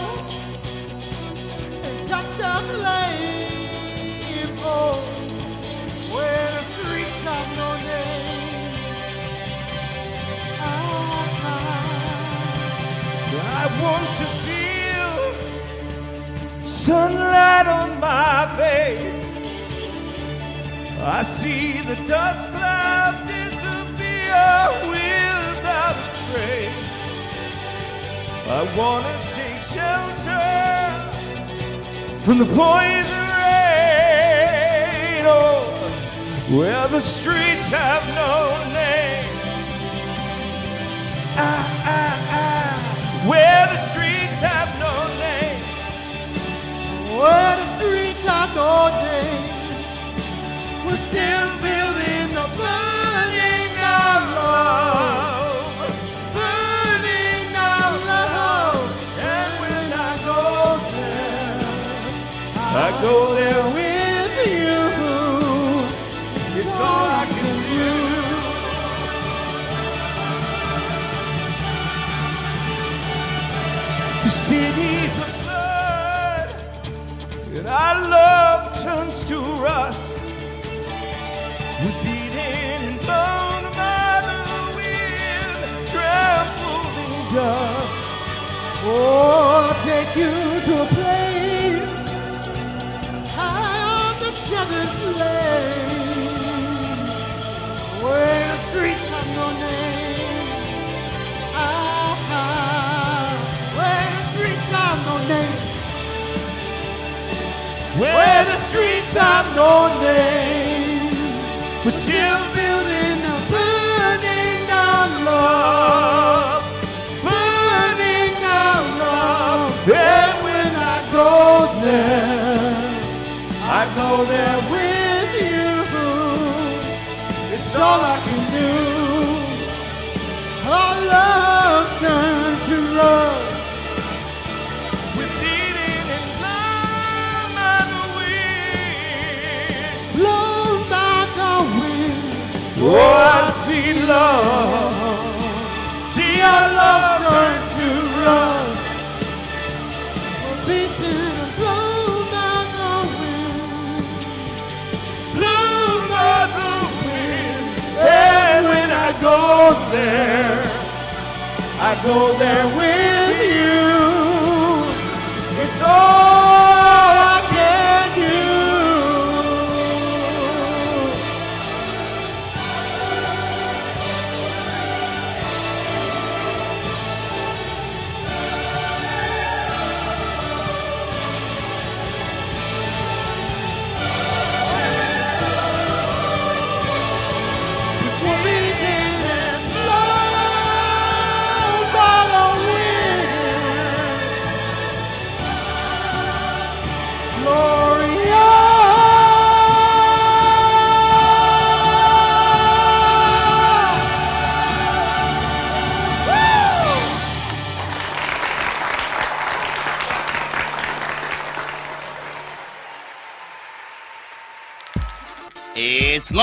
Oh, want to feel sunlight on my face. I see the dust clouds disappear without a trace. I want to take shelter from the poison rain. Oh, where the streets have no name. Ah, ah, ah. Where the streets have no name. Where the streets have no name. We're still building the burning of love. Burning of love. And when I go there, I go there with you. It's all I can do. The cities of blood that our love turns to rust. We're beaten and blown by the wind, trampled in dust. Oh, I'll take you to a place high on the seventh lane, where the streets have no name. Ah, Where the streets have no name. Where the streets have no name. We're still building a burning down love. Burning down love. And when I go there, I go there with you. It's all I can do. Our love turned to love. We're bleeding in love by the wind. Blown by the wind. Oh, I see love. See our love turned to rust. We're beaten and blown by the wind. Blown by the wind. And when I go there, I go there with you. It's all I can do. We're beaten and blown by the wind. Gloria. It's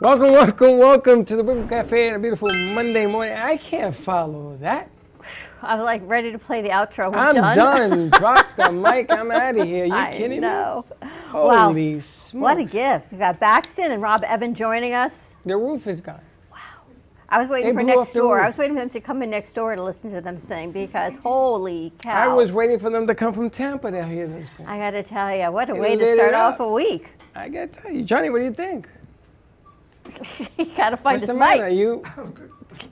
Welcome, welcome, welcome to the Brooklyn Cafe on a beautiful Monday morning. I can't follow that. I'm like ready to play the outro. We're I'm done. Drop the mic. I'm out of here. You I kidding know. me? Wow. Holy What a smokes. gift. We've got Baxton and Rob Evan joining us. The roof is gone. I was waiting They for blew next up the door. roof. I was waiting for them to come in next door to listen to them sing because holy cow. I was waiting for them to come from Tampa to hear them sing. I got to tell you, what a They way to lit it start up. off a week. I gotta tell you, Johnny, what do you think? You got to find What's his the matter? mic. You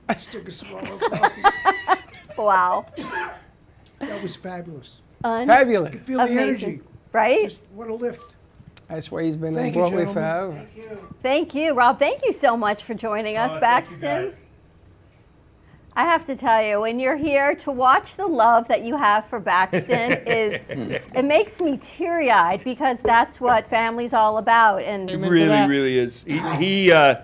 I just took a swallow. of coffee. Wow. that was fabulous. Un- fabulous. Feel Amazing. the energy. right? Just what a lift. That's why he's been on Thank you, Broadway gentlemen. forever. Oh, thank you, Rob. Thank you so much for joining us, Baxton. I have to tell you, when you're here to watch the love that you have for Baxton is it makes me teary-eyed because that's what family's all about. And uh, really, really is. He he, uh,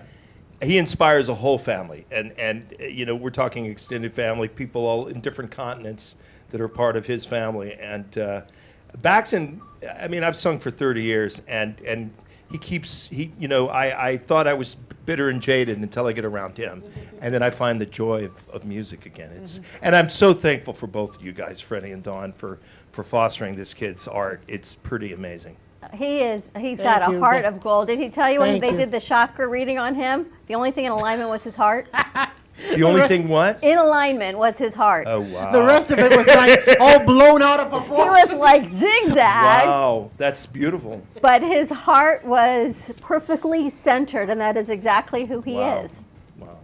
he inspires a whole family, and and uh, you know we're talking extended family, people all in different continents that are part of his family. And uh, Baxton, I mean, I've sung for 30 years, and and he keeps he you know I I thought I was bitter and jaded until I get around him, and then I find the joy of, of music again. It's and I'm so thankful for both of you guys, Freddie and Dawn, for for fostering this kid's art. It's pretty amazing. he is he's got a you. heart of gold. Did he tell you when Thank they you. did the chakra reading on him? The only thing in alignment was his heart. The only thing what? In alignment was his heart. Oh wow. The rest of it was like all blown out of He proportion. was like zigzag. Wow, that's beautiful. But his heart was perfectly centered, and that is exactly who he Wow. is. Wow,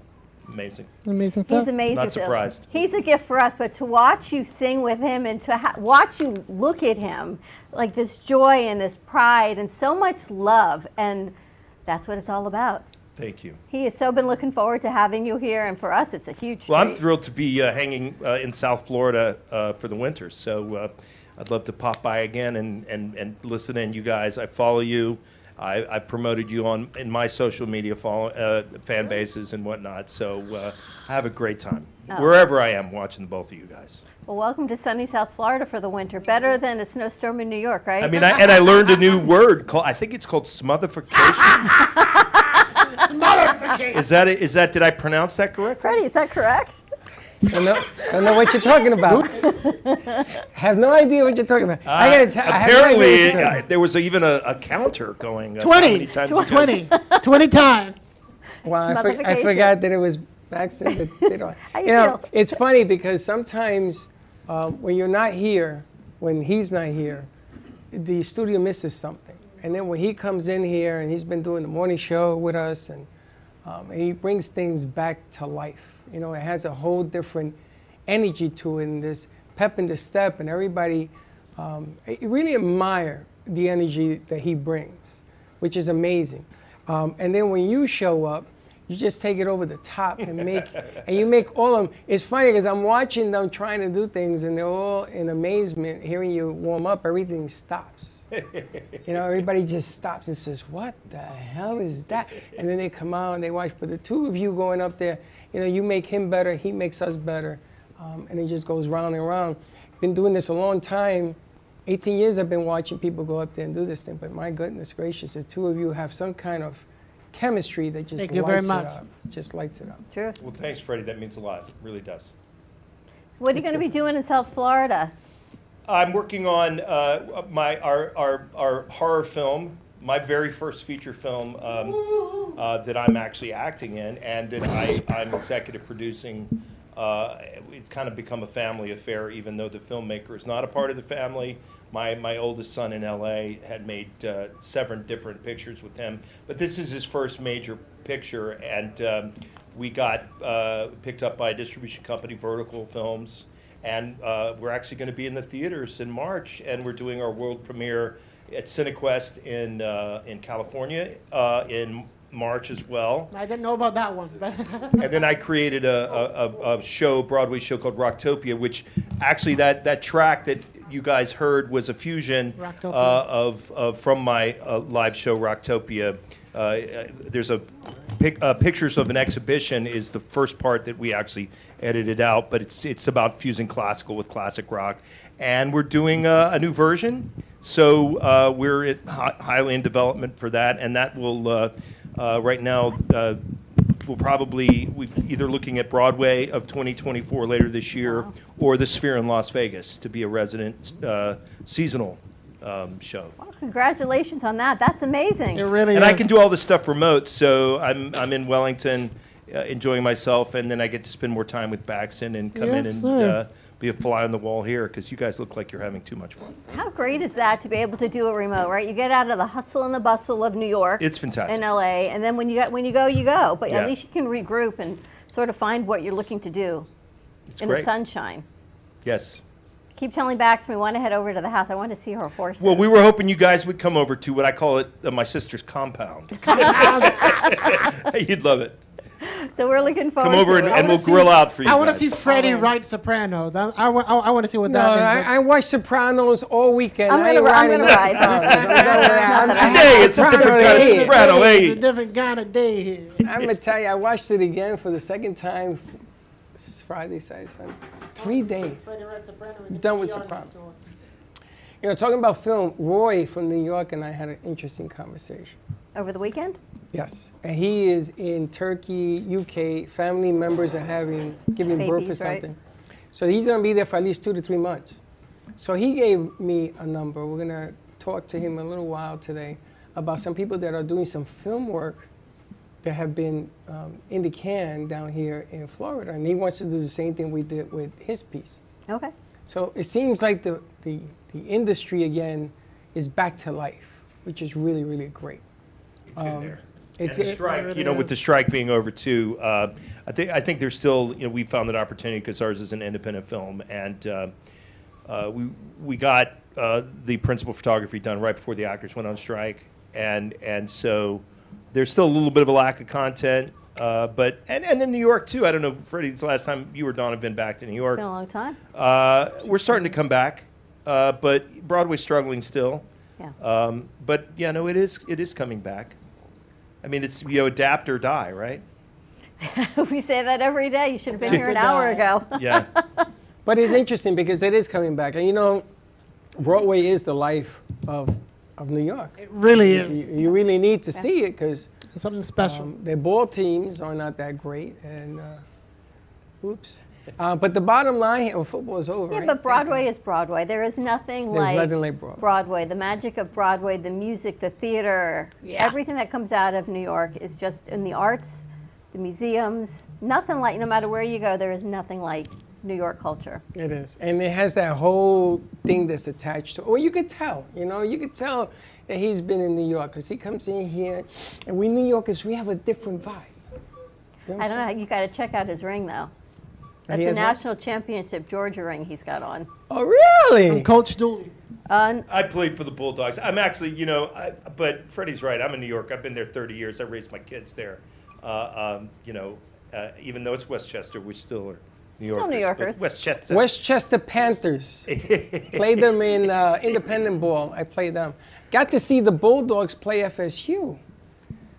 amazing. Amazing He's stuff. amazing. Not surprised. He's a gift for us, but to watch you sing with him and to ha- watch you look at him, like this joy and this pride and so much love, and that's what it's all about. Thank you. He has so been looking forward to having you here, and for us, it's a huge Well, I'm treat. thrilled to be uh, hanging uh, in South Florida uh, for the winter, so uh, I'd love to pop by again and, and, and listen in, you guys. I follow you. I, I promoted you on in my social media follow, uh, fan bases and whatnot, so uh, I have a great time Oh. wherever I am watching the both of you guys. Well, welcome to sunny South Florida for the winter. Better than a snowstorm in New York, right? I mean, I, and I learned a new word called I think it's called smotherification. is that it? Is that did I pronounce that correctly? Freddie, is that correct? I know, I know what you're talking about. have no idea what you're talking about. I gotta tell. Uh, Apparently, I have it, no idea what you're talking uh, there was even a, a counter going. Uh, how 20, many times you guys- 20, 20 times. Well, I, for, I Smotherfication. forgot that it was Baxton. But they don't. How you know, feel? it's funny because sometimes um, when you're not here, when he's not here, the studio misses something. And then when he comes in here and he's been doing the morning show with us, and um, he brings things back to life. You know, it has a whole different energy to it, and this pep in the step, and everybody. Um, I really admire the energy that he brings, which is amazing. Um, and then when you show up, you just take it over the top and make, and you make all of them. It's funny because I'm watching them trying to do things, and they're all in amazement. Hearing you warm up, everything stops. You know, everybody just stops and says, "What the hell is that?" And then they come out and they watch. But the two of you going up there, you know, you make him better, he makes us better, um, and it just goes round and round. Been doing this a long time. 18 years I've been watching people go up there and do this thing. But my goodness gracious, the two of you have some kind of chemistry that just Thank you lights very it much. up. Just lights it up. Truth. Well, thanks, Freddie. That means a lot. It really does. What are you going to be doing in South Florida? I'm working on uh, my our, our our horror film, my very first feature film um, uh, that I'm actually acting in, and that I, I'm executive producing. Uh, it's kind of become a family affair, even though the filmmaker is not a part of the family. My my oldest son in L.A. had made uh, seven different pictures with him, but this is his first major picture, and um, we got uh, picked up by a distribution company, Vertical Films. And uh, we're actually going to be in the theaters in March, and we're doing our world premiere at CineQuest in uh, in California uh, in March as well. I didn't know about that one. But And then I created a, a, a, a show, Broadway show called Rocktopia, which actually that, that track that you guys heard was a fusion uh, Rocktopia. of, of from my uh, live show Rocktopia. Uh, Uh, there's a pic, uh, pictures of an exhibition is the first part that we actually edited out, but it's it's about fusing classical with classic rock, and we're doing a, a new version. So uh, we're at, hi- highly in development for that, and that will uh, uh, right now. Uh, we'll probably, we're either looking at Broadway of 2024 later this year, or the Sphere in Las Vegas to be a resident uh, seasonal um, show. Congratulations on that. That's amazing. it really And is. I can do all this stuff remote, so I'm, I'm in Wellington uh, enjoying myself, and then I get to spend more time with Baxton and come in Yes, and sir. uh, be a fly on the wall here, because you guys look like you're having too much fun. How great is that to be able to do a remote, right? You get out of the hustle and the bustle of New York. It's fantastic. In LA, and then when you get when you go, you go. But Yeah. at least you can regroup and sort of find what you're looking to do It's in the great. sunshine. Yes. Keep telling Bax we want to head over to the house. I want to see her horses. Well, we were hoping you guys would come over to what I call it, uh, my sister's compound. You'd love it. So we're looking forward Come over to and, it. and wanna we'll see- grill out for you. I want to guys. see Freddie Alright. write soprano. That, I, wa- I, want to see what No, that is. I, I watch Sopranos all weekend. I'm I ain't gonna- I'm riding gonna no ride. Sopranos. I'm done with that. I'm Today tired it's a different Sopranos kind of here. Sopranos. Soprano, It's hey. a different kind of day here. I'm gonna tell you, I watched it again for the second time, f- s- Friday, Saturday, Sunday, three days. Done with Soprano. You know, talking about film, Roy from New York and I had an interesting conversation. Over the weekend? Yes, and he is in Turkey, UK. Family members are having giving birth or Babies, right? something, so he's gonna be there for at least two to three months. So he gave me a number. We're gonna talk to him a little while today about some people that are doing some film work that have been um, in the can down here in Florida, and he wants to do the same thing we did with his piece. Okay. So it seems like the, the, the industry again is back to life, which is really really great. Um, It's in there. It's And the it- strike, you know, with the strike being over too, uh, I think I think there's still, you know, we found that opportunity because ours is an independent film, and uh, uh, we we got uh, the principal photography done right before the actors went on strike, and and so there's still a little bit of a lack of content, uh, but and and then New York too. I don't know, Freddie, it's the last time you or Don have been back to New York. Been a long time. Uh, we're starting to come back, uh, but Broadway's struggling still. Yeah. Um, but yeah, no, it is it is coming back. I mean, it's you know, adapt or die, right? we say that every day. You should have been Dude. here an hour ago. Yeah, But it's interesting because it is coming back, and you know, Broadway is the life of of New York. It really You, is. you really need to see it because Something special. their ball teams are not that great, and uh, oops. Uh, but the bottom line, here- well, football is over. Yeah, right? but Broadway is Broadway. There is nothing There's like nothing like Broadway. Broadway. The magic of Broadway, the music, the theater, everything that comes out of New York is just in the arts, the museums. Nothing like, no matter where you go, there is nothing like New York culture. It is, and it has that whole thing that's attached to. Or you could tell, you know, you could tell that he's been in New York because he comes in here, and we New Yorkers, we have a different vibe. You know what I I'm don't know. saying? how- You got to check out his ring, though. That's He a has what? national championship Georgia ring he's got on. Oh, really? Coach Dooley. On I played for the Bulldogs. I'm actually, you know, I, but Freddie's right. I'm in New York. I've been there 30 years. I raised my kids there. Uh, um, you know, uh, even though it's Westchester, we still are New Yorkers. Still New but Yorkers. Westchester. Westchester Panthers. played them in uh, independent ball. I played them. Got to see the Bulldogs play FSU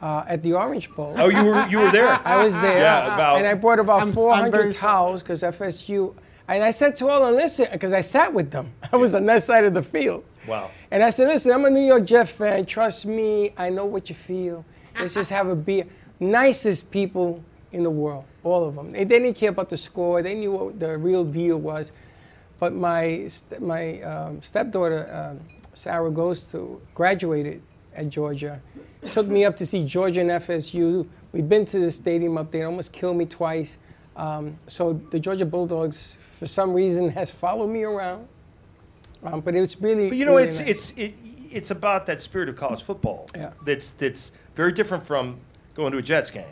uh, at the Orange Bowl. oh, you were you were there. I was there, Yeah, about- and I brought about I'm- I'm 400 very sorry. towels because FSU. And I said to all of them, listen, because I sat with them. I was on that side of the field. Wow. And I said, listen, I'm a New York Jet fan. Trust me, I know what you feel. Let's just have a beer. Nicest people in the world, all of them. They, they didn't care about the score. They knew what the real deal was. But my st- my um, stepdaughter um, Sarah goes to graduated at Georgia. Took me up to see Georgia and FSU. We've been to the stadium up there. It almost killed me twice. Um, so the Georgia Bulldogs, for some reason, has followed me around. Um, but it's really. But you know, really it's nice. it's it, it's about that spirit of college football. Yeah. That's that's very different from going to a Jets game.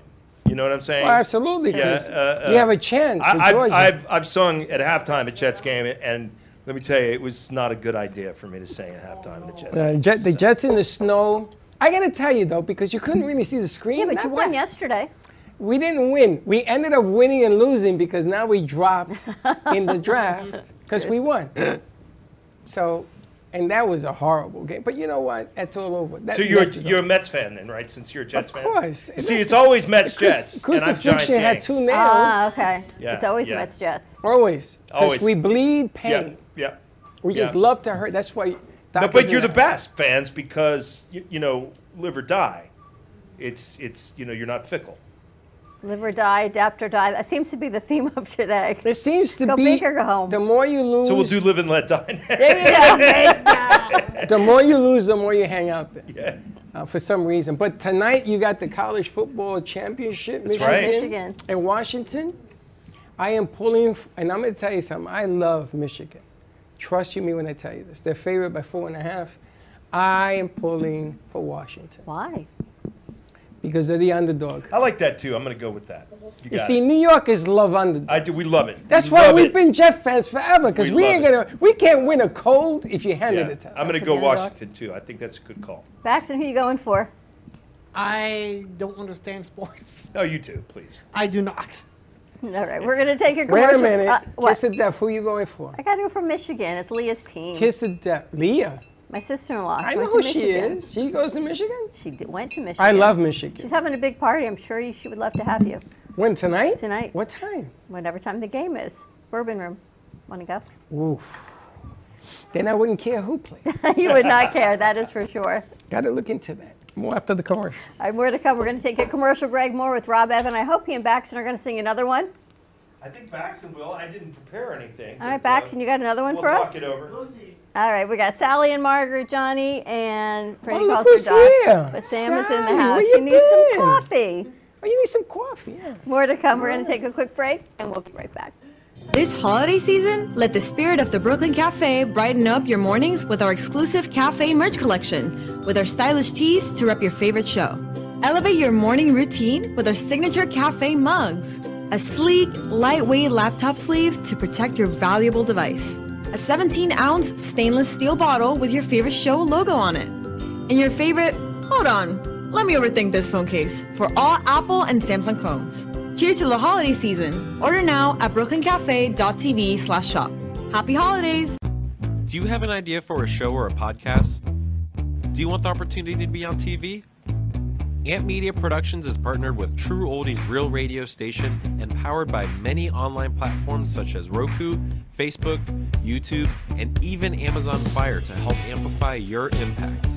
You know what I'm saying? Oh, absolutely. 'cause Yeah, uh, you uh, have a chance. with I, I've, Georgia. I've I've sung at halftime at Jets game, and let me tell you, it was not a good idea for me to sing at halftime at Jets. the, game. jet, the Jets in the snow. I gotta tell you though, because you couldn't really see the screen. yeah, but not you won bad. yesterday. We didn't win. We ended up winning and losing because now we dropped in the draft because we won. So, and that was a horrible game. But you know what? That's all over. That So you're mess is you're a over. Mets fan then, right? Since you're a Jets fan. course. See, it's always Mets Jets, and I'm Giants crucifixion had Yanks. two nails. Ah, okay. Yeah, it's always yeah. Mets Jets. always. Always. Because we bleed Yeah, pain. yeah. We just yeah. love to hurt. That's why. Doc No, but is you're in the that. best fans because you, you know live or die. It's it's you know you're not fickle. Live or die, adapt or die. That seems to be the theme of today. It seems to Go be big or go home. the more you lose, So we'll do live and let die. There you go. the more you lose, the more you hang out there Yeah. uh, for some reason. But tonight you got the college football championship, Michigan, right. Michigan. and Washington. I am pulling, f- and I'm going to tell you something. I love Michigan. Trust you me when I tell you this. They're favored by four and a half. I am pulling for Washington Why? because they're the underdog. I like that too. I'm going to go with that. You, You got see, it. New Yorkers love underdogs. I do. We love it. That's We why love we've it. been Jet fans forever because We we, love ain't it. gonna, we can't win a cold if you hand Yeah. it to us. I'm going to go That's a good Washington too. I think that's a good call. Baxton, who you going for? I don't understand sports. No, you too, please. I do not. All right, we're gonna take a Wait a commercial. minute. uh, what? Kiss the death. Who you going for? I gotta go from Michigan. It's Leah's team. Kiss the death. Leah. My sister-in-law. She I know went who to she Michigan. is. She goes to Michigan. She d- went to Michigan. I love She's Michigan. having a big party. I'm sure you- she would love to have you. When tonight? Tonight. What time? Whatever time the game is. Bourbon room. Want to go? Ooh. Then I wouldn't care who plays. you would not care. That is for sure. Got to look into that. More after the commercial. All right, more to come. We're going to take a commercial break. More with Rob Evan. I hope he and Baxton are going to sing another one. I think Baxton will. I didn't prepare anything. All right, but, uh, Baxton, you got another one we'll for talk us? it over. All right, we got Sally and Margaret, Johnny, and Freddie Oh, look calls who's her dog. here. But Sam is in Sally, the where house. you She needs been? some coffee. Oh, you need some coffee. Yeah. More to come. We're going to take a quick break, and we'll be right back. This holiday season, let the spirit of the Brooklyn Cafe brighten up your mornings with our exclusive cafe merch collection, with our stylish tees to rep your favorite show. Elevate your morning routine with our signature cafe mugs, a sleek, lightweight laptop sleeve to protect your valuable device, a 17 ounce stainless steel bottle with your favorite show logo on it and your favorite. Hold on, let me overthink this phone case for all Apple and Samsung phones. Cheer to the holiday season. Order now at brooklyncafe.tv slash shop. Happy holidays! Do you have an idea for a show or a podcast? Do you want the opportunity to be on TV? Ant Media Productions is partnered with True Oldies Real Radio Station and powered by many online platforms such as Roku, Facebook, YouTube, and even Amazon Fire to help amplify your impact.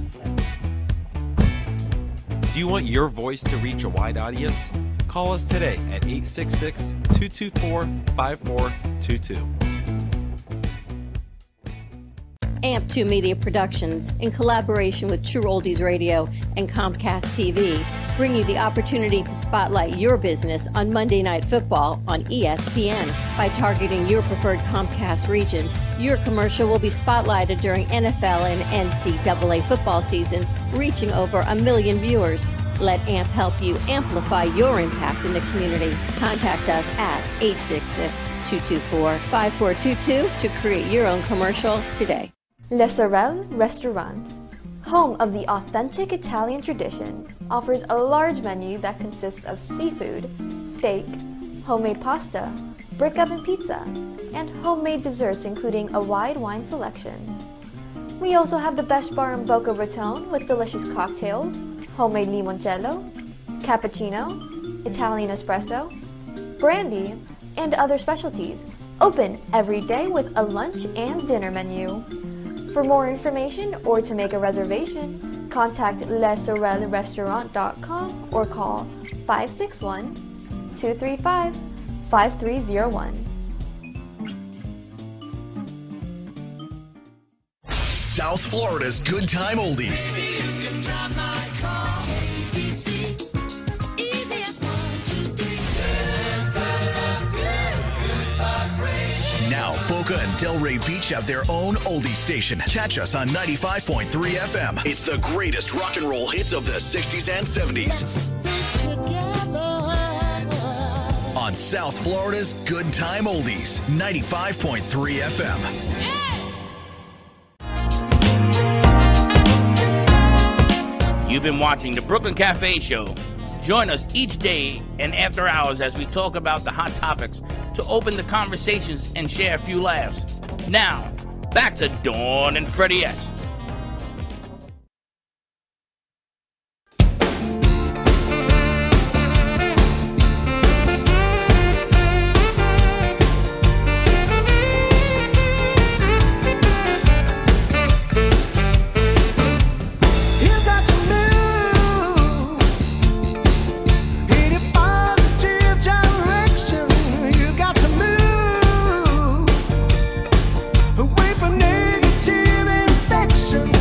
Do you want your voice to reach a wide audience? Call us today at 866 224 5422. AMP2 Media Productions, in collaboration with True Oldies Radio and Comcast TV, bring you the opportunity to spotlight your business on Monday Night Football on E ESPN. By targeting your preferred Comcast region, your commercial will be spotlighted during NFL and NCAA football season, reaching over a million viewers. Let AMP help you amplify your impact in the community. Contact us at 866-224-5422 to create your own commercial today. Le Sorel Restaurant, home of the authentic Italian tradition, offers a large menu that consists of seafood, steak, homemade pasta, brick oven pizza, and homemade desserts including a wide wine selection. We also have the best bar in Boca Raton with delicious cocktails, homemade limoncello, cappuccino, Italian espresso, brandy, and other specialties. Open every day with a lunch and dinner menu. For more information or to make a reservation, contact lesorelrestaurant.com or call 561 235 5301. South Florida's good time oldies. Now, Boca and Delray Beach have their own oldie station. Catch us on 95.3 FM. It's the greatest rock and roll hits of the 60s and 70s. On South Florida's Good Time Oldies, 95.3 FM. You've been watching the Brooklyn Cafe Show. Join us each day and after hours as we talk about the hot topics to open the conversations and share a few laughs. Now, back to Dawn and Freddie S. Away from negative infection.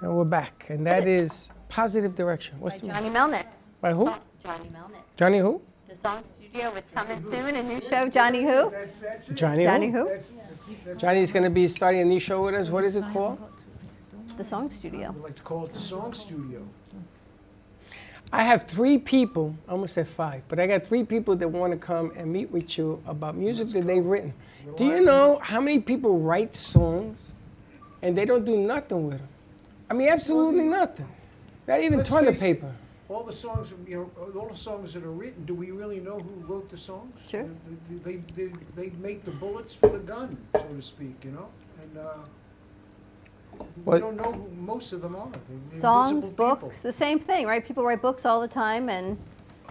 And we're back. And that is Positive Direction. What's the Johnny Melnick. By who? Johnny Melnick. Johnny who? The Song Studio is coming soon. A new show, Johnny Who? Johnny who? Johnny Who? Johnny's going to be starting a new show with us. What is it called? The Song Studio. We like to call it the Song Studio. I have three people, I almost said five, but I got three people that want to come and meet with you about music that they've written. Do you know how many people write songs and they don't do nothing with them? I mean, absolutely nothing. Not even Let's toilet face it, paper. All the songs, you know, all the songs that are written, do we really know who wrote the songs? Sure. They, they, they, they make the bullets for the gun, so to speak, you know? And, uh, What- we don't know who most of them are. They're invisible Songs, people. books, the same thing, right? People write books all the time and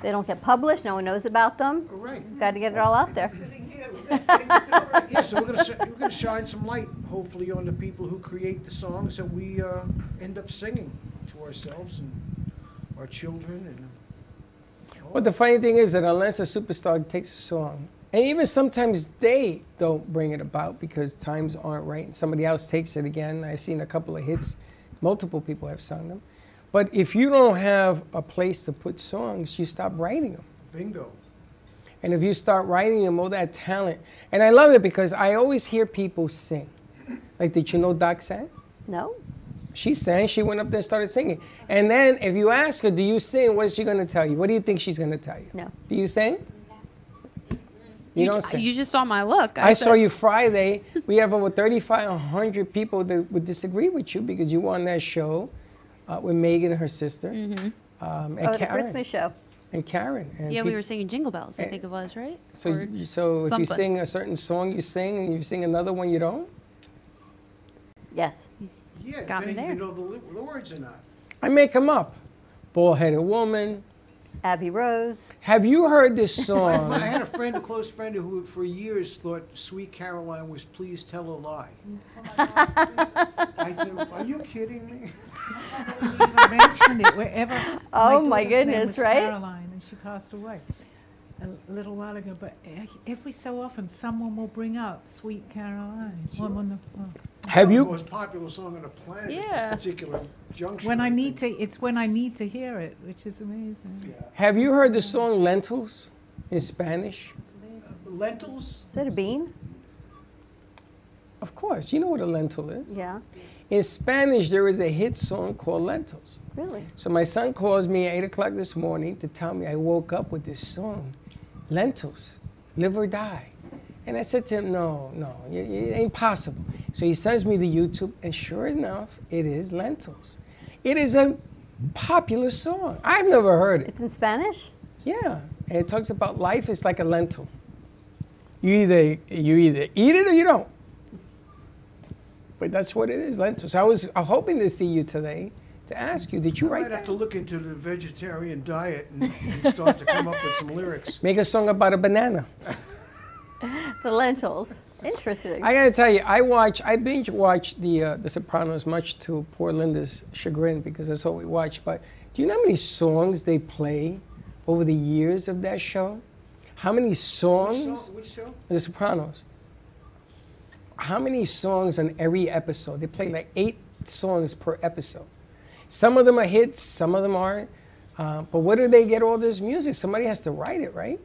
they don't get published. No one knows about them. Right. Got to get it all out there. Yeah, so we're gonna, sh- we're gonna shine some light, hopefully, on the people who create the songs that we, uh, end up singing to ourselves and our children and But the funny thing is that unless a superstar takes a song, and even sometimes they don't bring it about because times aren't right and somebody else takes it again. I've seen a couple of hits, multiple people have sung them. But if you don't have a place to put songs, you stop writing them. bingo. And if you start writing them, all that talent. And I love it because I always hear people sing. Like, did you know Doc sang? No. She sang, she went up there and started singing. And then if you ask her, do you sing? What is she going to tell you? What do you think she's going to tell you? No. Do you sing? You, ju- don't sing. you just saw my look. I saw said- you Friday. We have over 3,500 people that would disagree with you because you were on that show uh, with Megan and her sister. Um, and Oh, the Karen. Christmas show. And Karen. And Yeah, we peop- were singing Jingle Bells, I think it was, right? So, Or you- so if you something. sing a certain song, you sing, and you sing another one, you don't? Yes. Yeah, Got me depending if there. you know the, li- the words or not. I make them up. Bald headed woman. Abby Rose. Have you heard this I, song? I had a friend, a close friend, who for years thought Sweet Caroline was Please Tell a Lie. I said, Are you kidding me? mentioned it wherever. my Oh, my daughter's name goodness, was right? Caroline, and she passed away a little while ago. But e- every so often, someone will bring up Sweet Caroline. One on the- oh. Have you- The most popular song on the planet Yeah. at this particular junction. When I need to, it's when I need to hear it, which is amazing. Have you heard the song Lentils in Spanish? Lentils? Is that a bean? Of course, you know what a lentil is. Yeah. In Spanish, there is a hit song called Lentils. Really? So my son calls me at 8 o'clock this morning to tell me I woke up with this song, Lentils, Live or Die. And I said to him, no, no, it, it ain't possible. So he sends me the YouTube, and sure enough, it is Lentils. It is a popular song. I've never heard it. It's in Spanish? Yeah. And it talks about life is like a lentil. You either, you either eat it or you don't. But that's what it is, lentils. I was uh, hoping to see you today to ask you, did you I write might have to look into the vegetarian diet and, and start to come up with some lyrics. Make a song about a banana. The lentils. Interesting. I gotta tell you, I watch, I binge watch the uh, The Sopranos, much to poor Linda's chagrin because that's what we watch. But do you know how many songs they play over the years of that show? How many Which songs? song? Which song? The Sopranos. How many songs on every episode? They play like eight songs per episode. Some of them are hits, some of them aren't. Uh, but where do they get all this music? Somebody has to write it, right?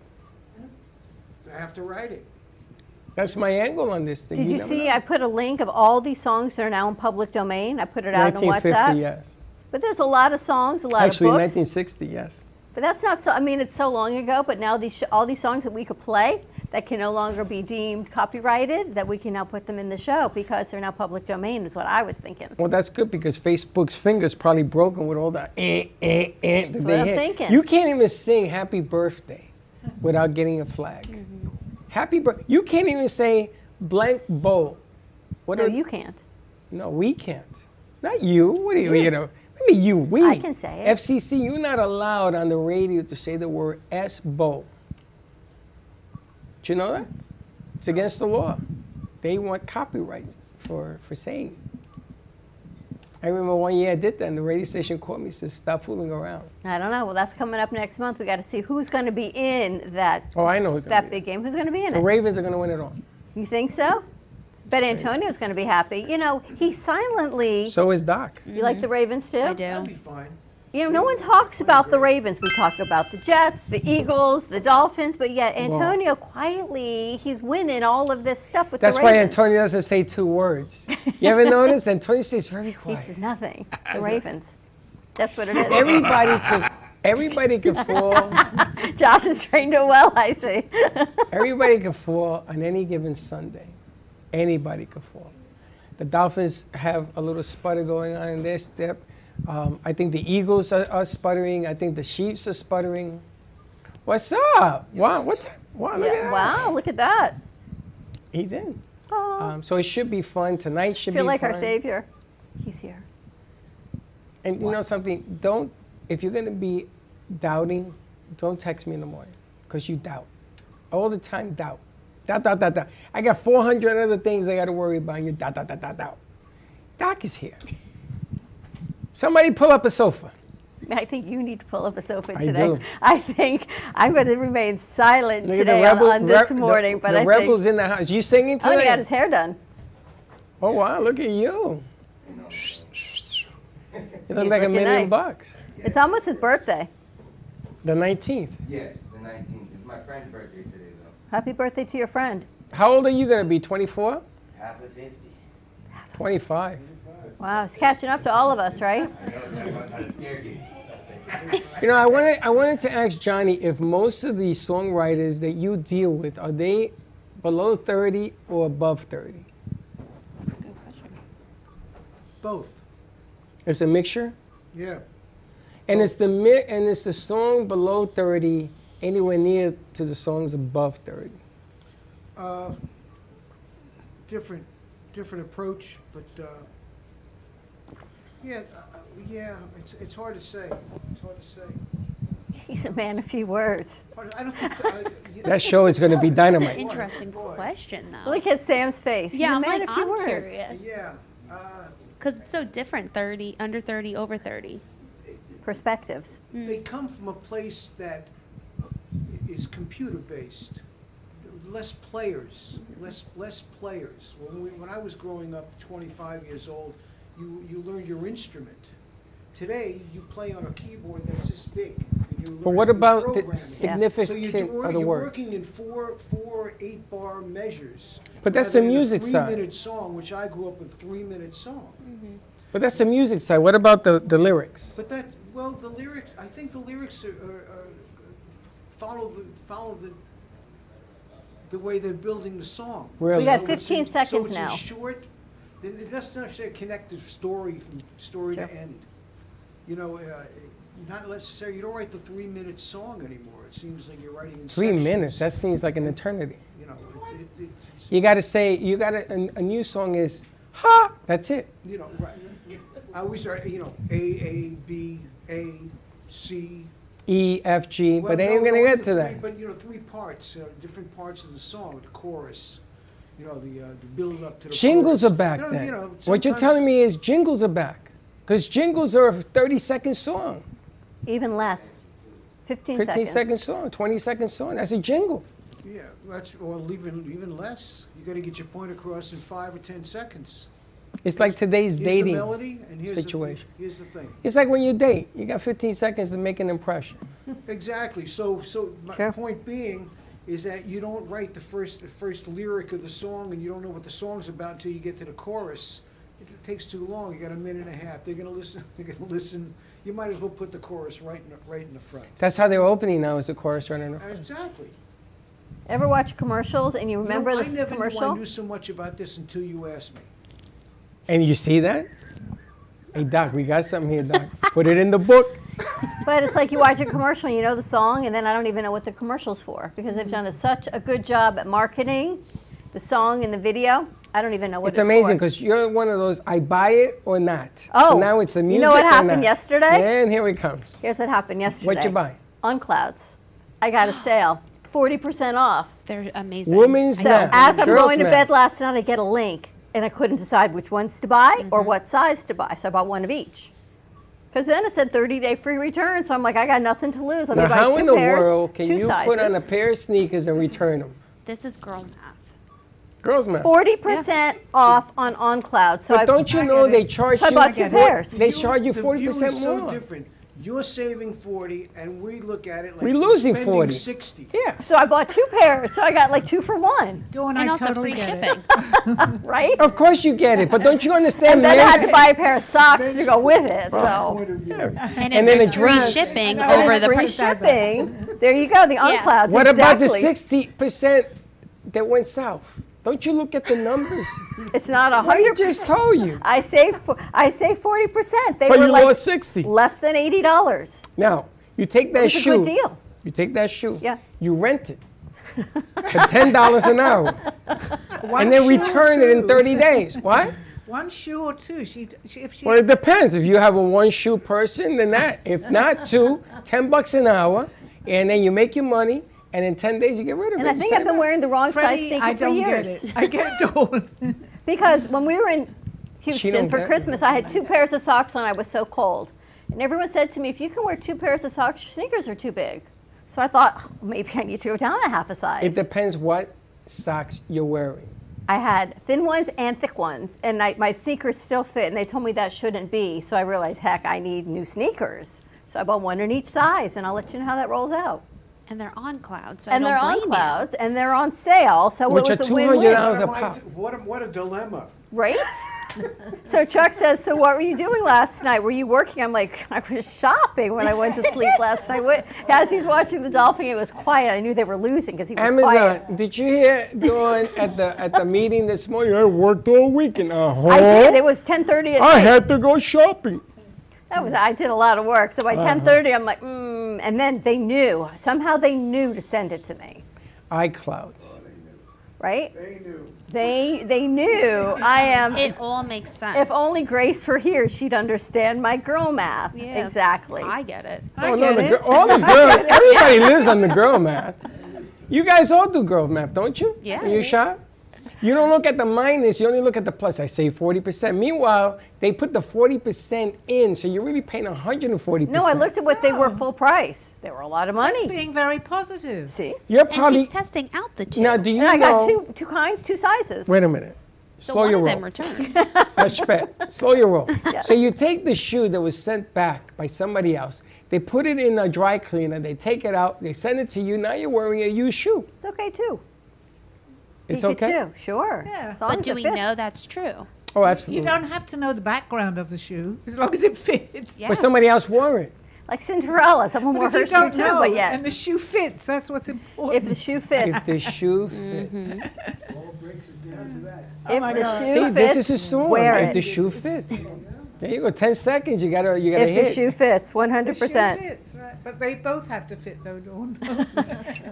I have to write it. That's my angle on this thing. Did you never see? know. I put a link of all these songs that are now in public domain. I put it out on 1950, WhatsApp. yes. But there's a lot of songs, a lot Actually, of books. 1960, yes. But that's not so. I mean, it's so long ago. But now these sh- all these songs that we could play that can no longer be deemed copyrighted, that we can now put them in the show because they're now public domain. Is what I was thinking. Well, that's good because Facebook's fingers probably broken with all that. Eh, eh, eh, that That's what they I'm hit. thinking. You can't even sing "Happy Birthday" without getting a flag. Happy birthday. You can't even say blank bowl. What no, are- you can't. No, we can't. Not you. What do you, you know? I mean, you, we. I can say it. FCC, you're not allowed on the radio to say the word S bowl. Do you know that? It's against the law. They want copyright for, for saying it. I remember one year I did that, and the radio station called me and said, Stop fooling around. I don't know. Well, that's coming up next month. We got to see who's going to be in that Oh, I know who's gonna that be big game. Who's going to be in The it? Ravens are going to win it all. You think so? Bet Antonio's going to be happy. You know, he silently. So is Doc. You like the Ravens too? I do. That'd be fine. You know, no one talks about the Ravens. We talk about the Jets, the Eagles, the Dolphins, but yet Well- Antonio quietly, he's winning all of this stuff with That's the why Ravens. Antonio doesn't say two words. You ever notice? Antonio stays very he quiet. says nothing. The Ravens. That's what it is. Everybody can, everybody can fall. Josh has trained it well, I see. Everybody can fall on any given Sunday. Anybody can fall. The Dolphins have a little sputter going on in their step. Um, I think the Eagles are, are sputtering. I think the Chiefs are sputtering. What's up? Wow, what? Wow, look at Yeah, that. wow, look at that. He's in. Um, so it should be fun. Tonight should feel be like fun. our savior. He's here. And you know something? Don't, if you're going to be doubting, don't text me in the morning because you doubt. All the time, doubt. Doubt, doubt, doubt, doubt. I got 400 other things I got to worry about, and you doubt, doubt, doubt, doubt, doubt. Doc is here. Somebody pull up a sofa. I think you need to pull up a sofa I today. do. I think I'm going to remain silent Look at today on- on, this rep- morning, the, but the I rebels think. in the house. You singing Oh, tonight? and he got his hair done. Oh, wow, look at you. You look He's like a looking million nice. bucks. It's almost his birthday. The 19th. Yes, the 19th. It's my friend's birthday today, though. Happy birthday to your friend. How old are you going to be? 24? Half of 50. 25. Wow, he's catching up to all of us, right? You know, I wanted, I wanted to ask Johnny if most of the songwriters that you deal with are they below 30 or above 30? Both. It's a mixture, Yeah. and it's the mi- and it's the song below 30 anywhere near to the songs above 30. Uh, different, different approach, but uh, yeah, uh, yeah. It's it's hard to say. It's hard to say. He's a man of few words. Hard- I don't think. I, you know, That show is going to be dynamite. Interesting question, though. Look at Sam's face. yeah, He's a I'm man like, of few I'm words. curious. Yeah. Because it's so different 30, under 30, over 30. Perspectives. They come from a place that is computer based. Less players, less less players. When, we, when I was growing up, 25 years old, you you learned your instrument. Today, you play on a keyboard that's this big. and you're But what learning about the programming. significance So you're do- of the you're words? working in four four eight bar measures. But that's the rather than a music side. Three-minute song, which I grew up with, three-minute song. But that's the music side. What about the, the lyrics? But that, well, the lyrics, I think the lyrics are, are, are follow the, follow the, the way they're building the song. Really? We got So it's 15 in- seconds So now. it's in short, then it doesn't necessarily connect the story from story to end. You know, uh, not necessarily, you don't write the three-minute song anymore. It seems like you're writing in Three sections, minutes. That seems like an eternity. You know, it- it, it, it's, You got to say you got to, a, a new song is ha. That's it. you know, right. I always write, you know, A, A, B, A, C, E F G. Well, but they no, ain't gonna no, get the to three- that. But you know, three parts, uh, different parts of the song, the chorus, you know, the, uh, the build up to the. Jingles are chorus. back You know, then. you know, what you're sometimes- telling me is jingles are back. Because jingles are a 30 second song, Even less. 15, 15 seconds. second song, 20 second song. That's a jingle. Yeah, that's or even even less. You got to get your point across in five or ten seconds. It's like today's Here's dating the melody, and here's situation. The, here's the thing. It's like when you date, you got 15 seconds to make an impression. Exactly. So so my point being is that you don't write the first the first lyric of the song, and you don't know what the song's about until you get to the chorus. It takes too long. You got a minute and a half. They're gonna listen. They're gonna listen. You might as well put the chorus right in the, right in the front. That's how they're opening now, is the chorus running off. Exactly. Ever watch commercials and you You know, remember I the never Knew I commercial? knew so much about this until you asked me. And you see that? Hey, Doc, we got something here, Doc. Put it in the book. But it's like you watch a commercial and you know the song, and then I don't even know what the commercial's for because they've done a, such a good job at marketing the song and the video. I don't even know what It's it's, amazing for. because you're one of those, I buy it or not. so Oh, now it's a you music. know what or not. happened yesterday? And here it comes. Here's what happened yesterday. What you buy? On Clouds. I got a sale, 40% off. They're amazing. Women's So now. as I'm Girls going to now. bed last night, I get a link, and I couldn't decide which ones to buy Mm-hmm. or what size to buy, so I bought one of each. Because then it said 30-day free return, so I'm like, I got nothing to lose. I'm Now, gonna buy how two in the pairs, world can two you sizes. put on a pair of sneakers and return them? This is girl math. Girls Math. Forty percent off on OnCloud. So But I, don't you know they charge so I you- bought two I get it. pairs. They charge you The view 40% is so more. different. You're saving forty, and we look at it like We're you're losing spending 40. Sixty. Yeah. So I bought two pairs. So I got like two for one. Dawn, and I totally get it. right? Of course you get it, but don't you understand? Oh. And then I men's- had to buy a pair of socks to go with it. So And, And and then then a free dress. shipping And then over the free price. shipping. There you go. The Yeah. OnClouds. What about the exactly. sixty percent that went south? Don't you look at the numbers? It's not a What I hundred. just told you. I say fo- I say forty percent. They But were you like lost 60. less than eighty dollars. Now you take that was a shoe. good deal. You take that shoe. Yeah. You rent it for ten dollars an hour, One and then shoe or return it in two. thirty days. What? One shoe or two. She, she if she Well, it depends. If you have a one shoe person, then that. If not, two. Ten bucks an hour, and then you make your money, and in ten days you get rid of And it. I You think send I've it been back. wearing the wrong size Freddie, sneaker I for don't years. get it. I get Dawn. Because when we were in Houston don't for get it. Christmas, I had two pairs of socks on. I was so cold, and everyone said to me, "If you can wear two pairs of socks, your sneakers are too big." So I thought "Oh, maybe I need to go down a half a It size. depends what socks you're wearing. I had thin ones and thick ones, and I, my sneakers still fit. And they told me that shouldn't be. So I realized, heck, I need new sneakers. So I bought one in each size, and I'll let you know how that rolls out. And they're on cloud. So and I they're don't on blame clouds, and they're on sale. So Which Oh, it was are a win-win. $200 a What am I pop. to- What, a- what a dilemma. Right? so Chuck says, So what were you doing last night? Were you working? I'm like, I was shopping when I went to sleep last night. What, as he's watching the dolphin, it was quiet. I knew they were losing because he was Amazon. quiet. Did you hear Dawn at the at the meeting this morning? I worked all weekend. Uh-huh. I did. It was 10:30 at I night. had to go shopping. That was I did a lot of work. So by Uh-huh. 10:30, I'm like, mm, and then they knew somehow they knew to send it to me, iClouds. right? They knew. They they knew I am. It all makes sense. Um, if only Grace were here, she'd understand my girl math. Yeah, Exactly. I get it. oh no, the gir- all the girls. Everybody lives on the girl map. You guys all do girl map, don't you? Yeah. When you shop. You don't look at the minus, you only look at the plus. I say 40%. Meanwhile, they put the 40% in, so you're really paying 140%. no, I looked at what they were full price. They were a lot of money. being very positive. See, You're And probably. she's testing out the two. Now, do you and I know. got two two kinds, two sizes. Wait a minute. so Slow one your of roll. them returns. Ashpet, slow your roll. So you take the shoe that was sent back by somebody else. They put it in a dry cleaner. They take it out. They send it to you. Now you're wearing a used shoe. It's okay too. It's you okay. Could too. Sure. Yeah. As long but as do it we fits. know that's Oh, true? You absolutely. don't have to know the background of the shoe as long as it fits. But somebody else wore it. Like Cinderella, someone wore But if you her shoe don't too, know but yet and the shoe fits, that's what's important. if the shoe If fits, the shoe fits. All breaks it down to that. Oh if the shoe See, fits, this is a song. wear if it. the shoe fits. There you go. Ten seconds. You gotta. You gotta if the hit. shoe fits, The 100 shoe percent. fits, right? But they both have to fit, though, Dawn.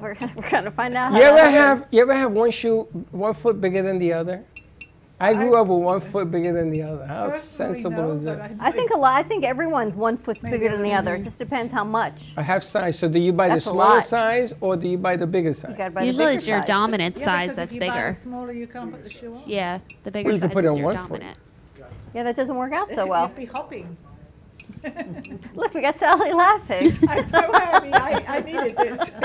We're, we're gonna find out. you how ever that have? You ever have one shoe, one foot bigger than the other? I grew up with one foot bigger than the other. How Personally, sensible no, is but that? I- I think a lot. I think everyone's one foot's bigger than the other. It just depends how much. I have size. So do you buy That's a the smaller lot. size or do you buy the bigger size? You gotta buy the Usually bigger it's your size. dominant Yeah, size because that's if you Buy bigger. a smaller, you can't put the shoe on. Yeah, the bigger you size can put it is on your one foot. dominant. Yeah, that doesn't work out so well. You'd be hopping. Look, we got Sally laughing. I'm so happy. I, I needed this.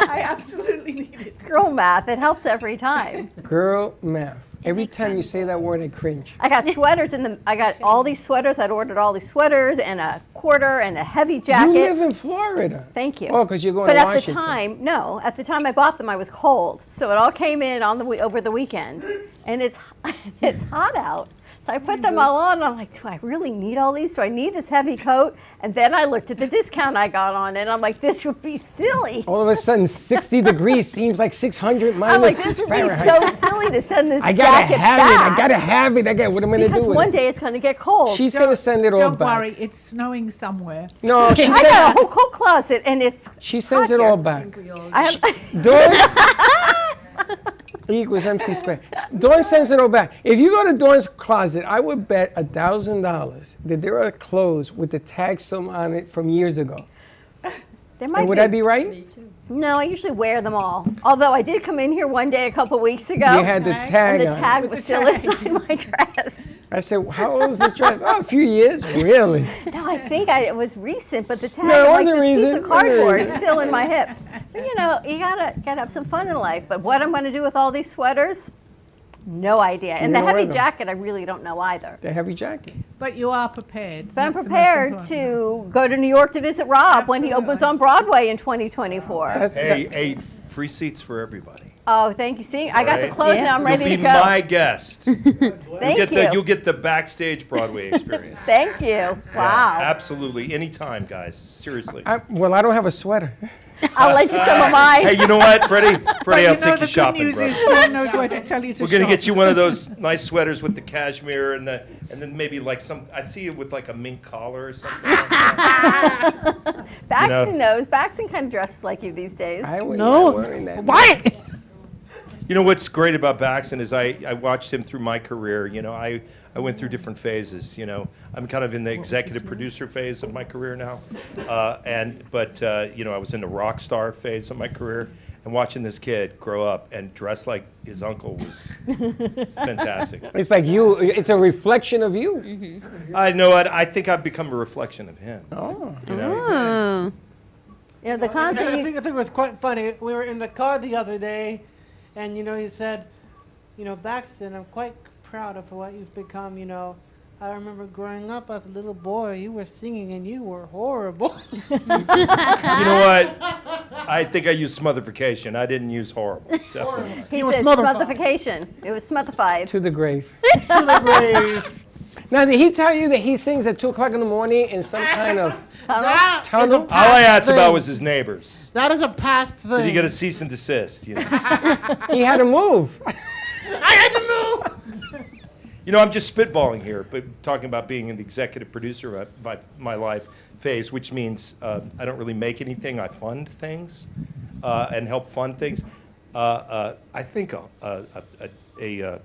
I absolutely needed it. Girl math. It helps every time. Girl math. Every time you say that word, I cringe. I got sweaters in the. I got all these sweaters. I'd ordered all these sweaters and a quarter and a heavy jacket. You live in Florida. Thank you. Oh, 'cause you're going but to at Washington. the time, no. At the time I bought them, I was cold, so it all came in on the we- over the weekend, and it's it's hot out. So I put Mm-hmm. them all on. And I'm like, do I really need all these? Do I need this heavy coat? And then I looked at the discount I got on, and I'm like, this would be silly. All of a sudden, 60 degrees seems like 600 minus I'm like, this would be Fahrenheit. so silly to send this I gotta jacket have it. I back gotta have it. I got. What am I gonna because do with one it? day it's going to get cold. She's gonna send it all Don't back. worry, it's snowing somewhere. No, she I sent- got a whole coat closet, and it's she sends hot it all here. back. I have. Dawn E equals MC squared. S- Dawn sends it all back. If you go to Dawn's closet, I would bet a thousand dollars that there are clothes with the tag sum on it from years ago. There might And would I be right? No, I usually wear them all. Although I did come in here one day a couple weeks ago. They had the tag and the on it. tag was still inside my dress. I said, "How old is this dress?" oh, a few years, really. No, I think I, it was recent, but the tag No, it was like wasn't this piece recent. of It wasn't cardboard recent. still in my hip. But you know, you gotta gotta have some fun in life. But what I'm gonna do with all these sweaters, No idea. And You the don't wear heavy them. jacket, I really don't know either. The heavy jacket. But you are prepared. But I'm That's the most prepared important. to go to New York to visit Rob when he opens on Broadway in 2024. Hey, hey, free seats for everybody. Oh, thank you. See, I got the right? clothes now. I'm ready You'll to be go. my guest. Thank you'll get you. The, you'll get the backstage Broadway experience. Thank you. Yeah, Wow. absolutely. Anytime, guys. Seriously. I, well, I don't have a sweater. I'll lend you some of mine. Hey, you know what, Freddie? Freddie, you I'll know take the you good shopping, news brother. is Dan knows where to tell you to We're gonna shop. get you one of those nice sweaters with the cashmere and the, and then maybe like some. I see you with like a mink collar or something. Baxton You knows. Baxton kind of dresses like you these days. I wouldn't No. be wearing that. Why? You know what's great about Baxton is I, I watched him through my career. You know, I, I went through different phases. You know, I'm kind of in the executive producer phase of my career now, uh, and but uh, you know I was in the rock star phase of my career. And watching this kid grow up and dress like his uncle was fantastic. Mm-hmm. It's like you. It's a reflection of you. I know it. I think I've become a reflection of him. Oh. You know? Yeah, the I concert. think, I You, think it was quite funny. We were in the car the other day, and you know he said, you know Baxton, I'm quite proud of what you've become. You know, I remember growing up as a little boy, you were singing and you were horrible. You know what? I think I used smotherification. I didn't use horrible. Definitely. he You were said smotherfied. smotherification. It was smotherified. To the grave. Now, did he tell you that he sings at two o'clock in the morning in some kind of That is tunnel? a All I past asked about thing. was his neighbors. That is a past thing. Did he get a cease and desist? You know? he had to move. You know, I'm just spitballing here, but talking about being in the executive producer of my, my life phase, which means uh, I don't really make anything. I fund things uh, and help fund things. Uh, uh, I think a, a, a, a, uh,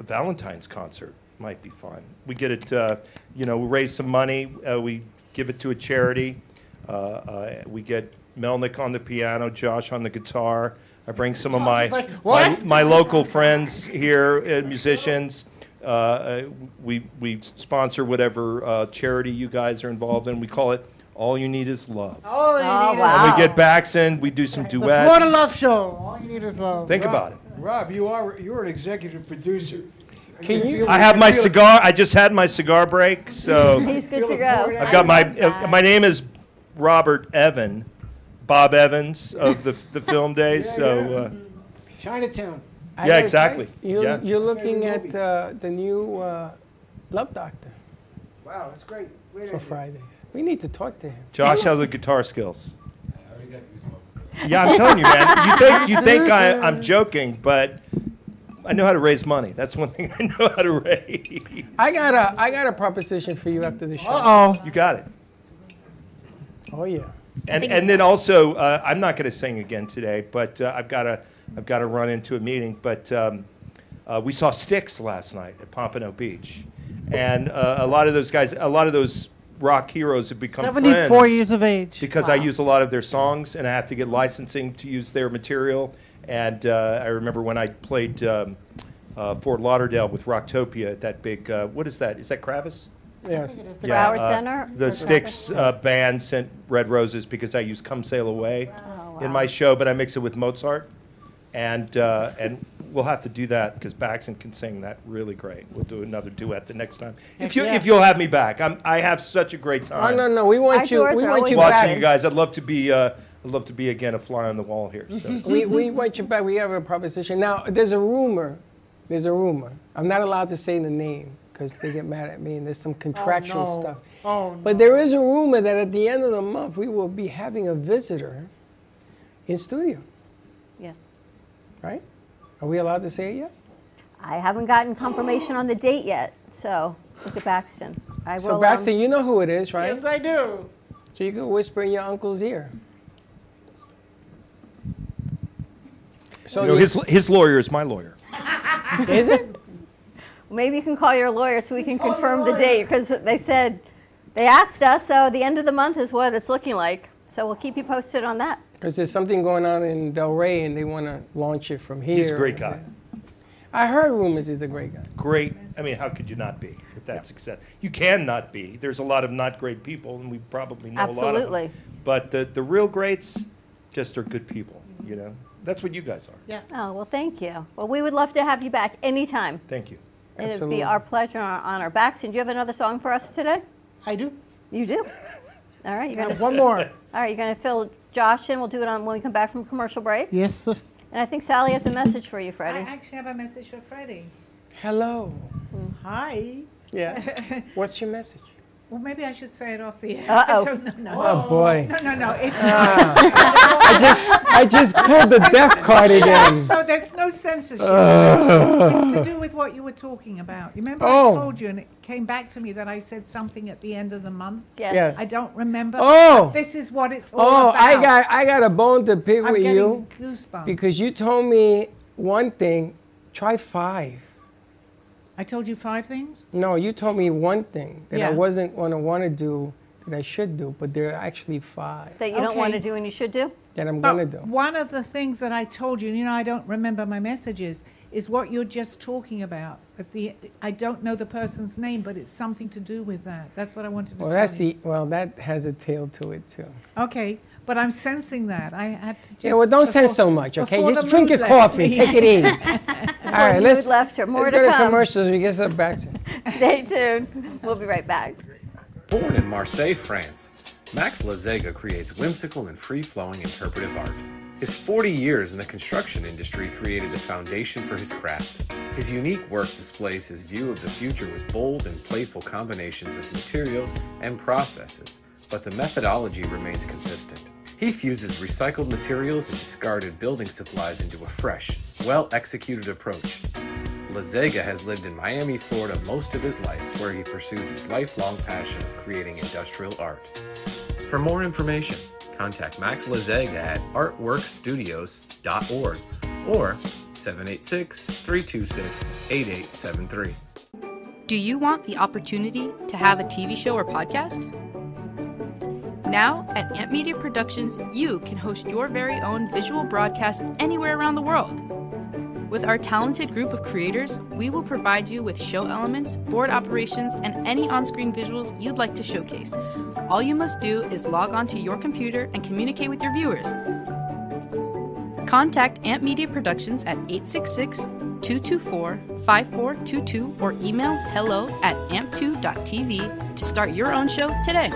a Valentine's concert might be fun. We get it, uh, you know, we raise some money, uh, we give it to a charity. Uh, uh, we get Melnick on the piano, Josh on the guitar. I bring some of my, Josh is like, my, "What?" my local friends here, uh, musicians. Uh, uh, we, we sponsor whatever uh, charity you guys are involved in. We call it All You Need Is Love. Oh, you Oh, need wow. And we get backs in, we do some The Florida duets. Love Show. All you need is love. Think about it. Rob, you are, you're an executive producer. Can you? I have my cigar. I just had my cigar break, so He's good to Feeling go. bored I've got my uh, my name is Robert Evan, Bob Evans of the the film days. so uh, Chinatown. I yeah, gotta exactly. tell You, yeah. You're looking at uh, the new uh, Love Doctor Wow, that's great. Wait a for minute. Fridays. We need to talk to him. Josh has the guitar skills. Yeah, I'm telling you, man. You think you think I, I'm joking, but I know how to raise money. That's one thing I know how to raise. I got a I got a proposition for you after the show. You got it. Oh yeah. And, think and it's- then also, uh, I'm not going to sing again today, but uh, I've got to I've got to run into a meeting. But um, uh, we saw Styx last night at Pompano Beach, and uh, a lot of those guys, a lot of those rock heroes have become 74 friends years of age. because I use a lot of their songs, and I have to get licensing to use their material. And uh, I remember when I played um, uh, Fort Lauderdale with Rocktopia at that big uh, what is that? Is that Kravis? Yes. The Broward Center? uh, The Or Styx uh, band sent red roses because I use "Come Sail Away" Oh, in my show, but I mix it with Mozart, and uh, and we'll have to do that because Baxton can sing that really great. We'll do another duet the next time if you yeah. if you'll have me back. I'm, I have such a great time. Oh no no we want Our you doors we are want you watching back. you guys. I'd love to be. Uh, I'd love to be again a fly on the wall here. So. we, we want you back. We have a proposition. Now, there's a rumor. There's a rumor. I'm not allowed to say the name because they get mad at me and there's some contractual Oh, no. stuff. Oh, But there is a rumor that at the end of the month, we will be having a visitor in studio, Yes. right? Are we allowed to say it yet? I haven't gotten confirmation on the date yet. So look at Baxton. I will. so, um, Baxter, you know who it is, right? yes, I do. So, you can whisper in your uncle's ear. So, You know, you- his his lawyer is my lawyer. is it? Maybe you can call your lawyer so we can confirm the date because they said they asked us. So the end of the month is what it's looking like. So we'll keep you posted on that. Because there's something going on in Del Rey and they want to launch it from here. He's a great guy. I heard rumors he's a great guy. great. I mean, how could you not be with that success? You can not be. There's a lot of not great people, and we probably know a lot of them. Absolutely. But the, the real greats just are good people, you know? That's what you guys are. Yeah. Oh, well, thank you. Well, we would love to have you back anytime. Thank you. And It'd be our pleasure on on our backs. And do you have another song for us today? I do. You do? All right. You're Got gonna, one more. All right. You're going to fill Josh in. We'll do it on when we come back from commercial break. Yes, sir. And I think Sally has a message for you, I Freddie. actually have a message for Freddie. Hello. Hi. Yeah. What's your message? Well, maybe I should say it off the air. Uh-oh. No, no, no. Oh, boy. Ah. No, no, no. It's I just I just pulled the death card again. No, there's no censorship. Ugh. it's to do with what you were talking about. You remember Oh. I told you, and it came back to me that I said something at the end of the month. Yes. Yes. I don't remember. Oh. but This is what it's all Oh, about. I got I got a bone to pick I'm with getting you goosebumps. because you told me one thing. Try five. I told you five things. No, you told me one thing that Yeah. I wasn't gonna want to do that I should do, but there are actually five That you don't want to Okay. do and you should do? that I'm But gonna do. One of the things that I told you, and you know, I don't remember my messages, is what you're just talking about. At the, I don't know the person's name, but it's something to do with that. That's what I wanted to Well, tell that's you. the well that has a tail to it too. Okay, but I'm sensing that. I had to just. yeah, well, don't say before- so much, okay? before the Just drink your mood left coffee, me. take it easy. All the right, mood let's left her. More let's to go to come. commercials. We get some back to. Stay tuned. We'll be right back. Born in Marseille, France, Max Lazega creates whimsical and free flowing interpretive art. His 40 years in the construction industry created the foundation for his craft. His unique work displays his view of the future with bold and playful combinations of materials and processes, but the methodology remains consistent. He fuses recycled materials and discarded building supplies into a fresh, well executed approach. Lazega has lived in Miami, Florida most of his life, where he pursues his lifelong passion of creating industrial art. For more information, contact Max Lazega at artworkstudios.org or 786 326 8873. Do you want the opportunity to have a TV show or podcast? Now, at Ant Media Productions, you can host your very own visual broadcast anywhere around the world. With our talented group of creators, we will provide you with show elements, board operations, and any on screen visuals you'd like to showcase. All you must do is log onto your computer and communicate with your viewers. Contact Ant Media Productions at 866 224 5422 or email hello at amp2.tv to start your own show today.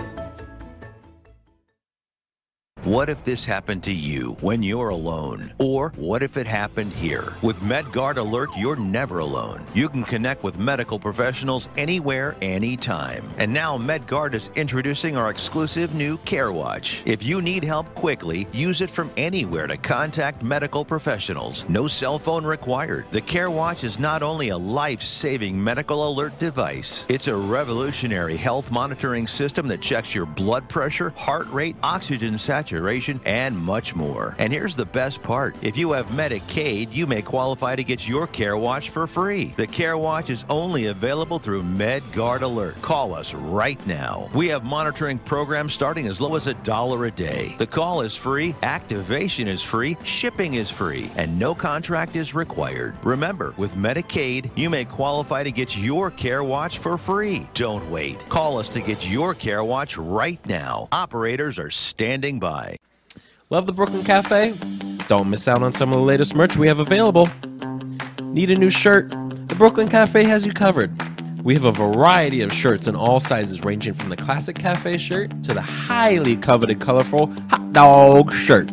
What if this happened to you when you're alone? Or what if it happened here? With MedGuard Alert, you're never alone. You can connect with medical professionals anywhere, anytime. And now MedGuard is introducing our exclusive new CareWatch. If you need help quickly, use it from anywhere to contact medical professionals. No cell phone required. The CareWatch is not only a life-saving medical alert device, it's a revolutionary health monitoring system that checks your blood pressure, heart rate, oxygen saturation, and much more. And here's the best part. If you have Medicaid, you may qualify to get your Care Watch for free. The Care Watch is only available through MedGuard Alert. Call us right now. We have monitoring programs starting as low as a dollar a day. The call is free, activation is free, shipping is free, and no contract is required. Remember, with Medicaid, you may qualify to get your Care Watch for free. Don't wait. Call us to get your Care Watch right now. Operators are standing by. Love the Brooklyn Cafe? Don't miss out on some of the latest merch we have available. Need a new shirt? The Brooklyn Cafe has you covered. We have a variety of shirts in all sizes, ranging from the classic cafe shirt to the highly coveted, colorful hot dog shirt.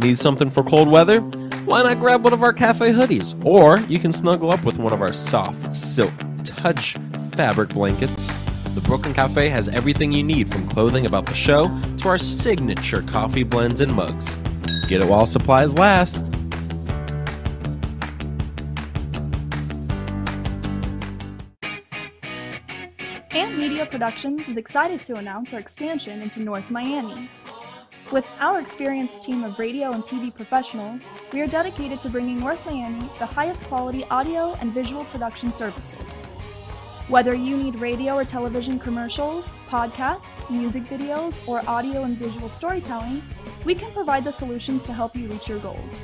Need something for cold weather? Why not grab one of our cafe hoodies? Or you can snuggle up with one of our soft, silk, touch fabric blankets. The Brooklyn Cafe has everything you need from clothing about the show to our signature coffee blends and mugs. Get it while supplies last. Ant Media Productions is excited to announce our expansion into North Miami. With our experienced team of radio and TV professionals, we are dedicated to bringing North Miami the highest quality audio and visual production services. Whether you need radio or television commercials, podcasts, music videos, or audio and visual storytelling, we can provide the solutions to help you reach your goals.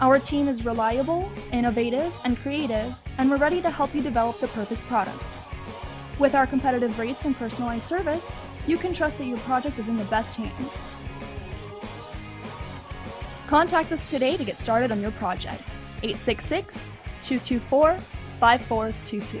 Our team is reliable, innovative, and creative, and we're ready to help you develop the perfect product. With our competitive rates and personalized service, you can trust that your project is in the best hands. Contact us today to get started on your project. 866 224 5422.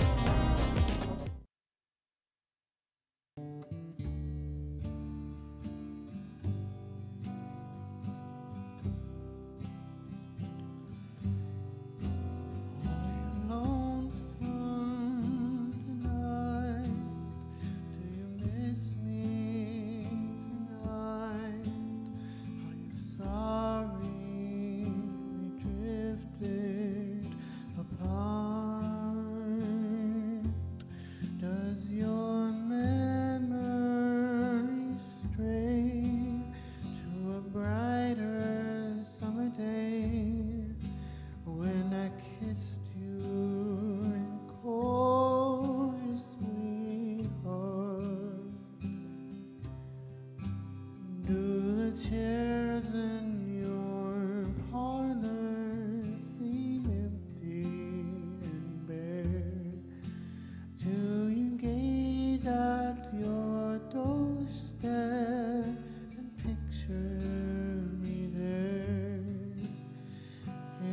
Does your memory stray to a brighter summer day when I kissed you and called you sweetheart? Do the chairs in your parlor seem empty and bare? Do you gaze at your doorstep and picture me there?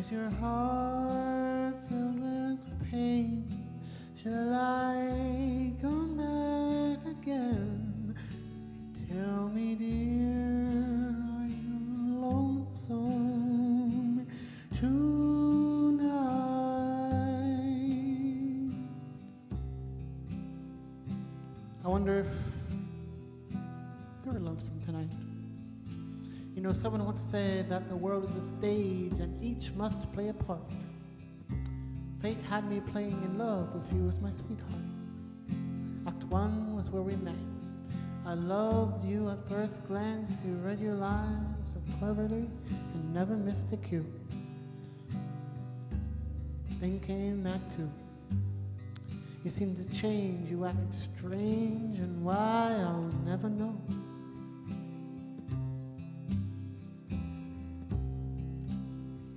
Is your heart filled with pain? Shall I come back again? Tell me, dear, are you lonesome tonight? I wonder if they were lonesome tonight. You know, someone once said that the world is a stage and each must play a part. Fate had me playing in love with you as my sweetheart. Act one was where we met. I loved you at first glance. You read your lines so cleverly and never missed a cue. Then came Act two. You seemed to change, you acted strange, and why I'll never know.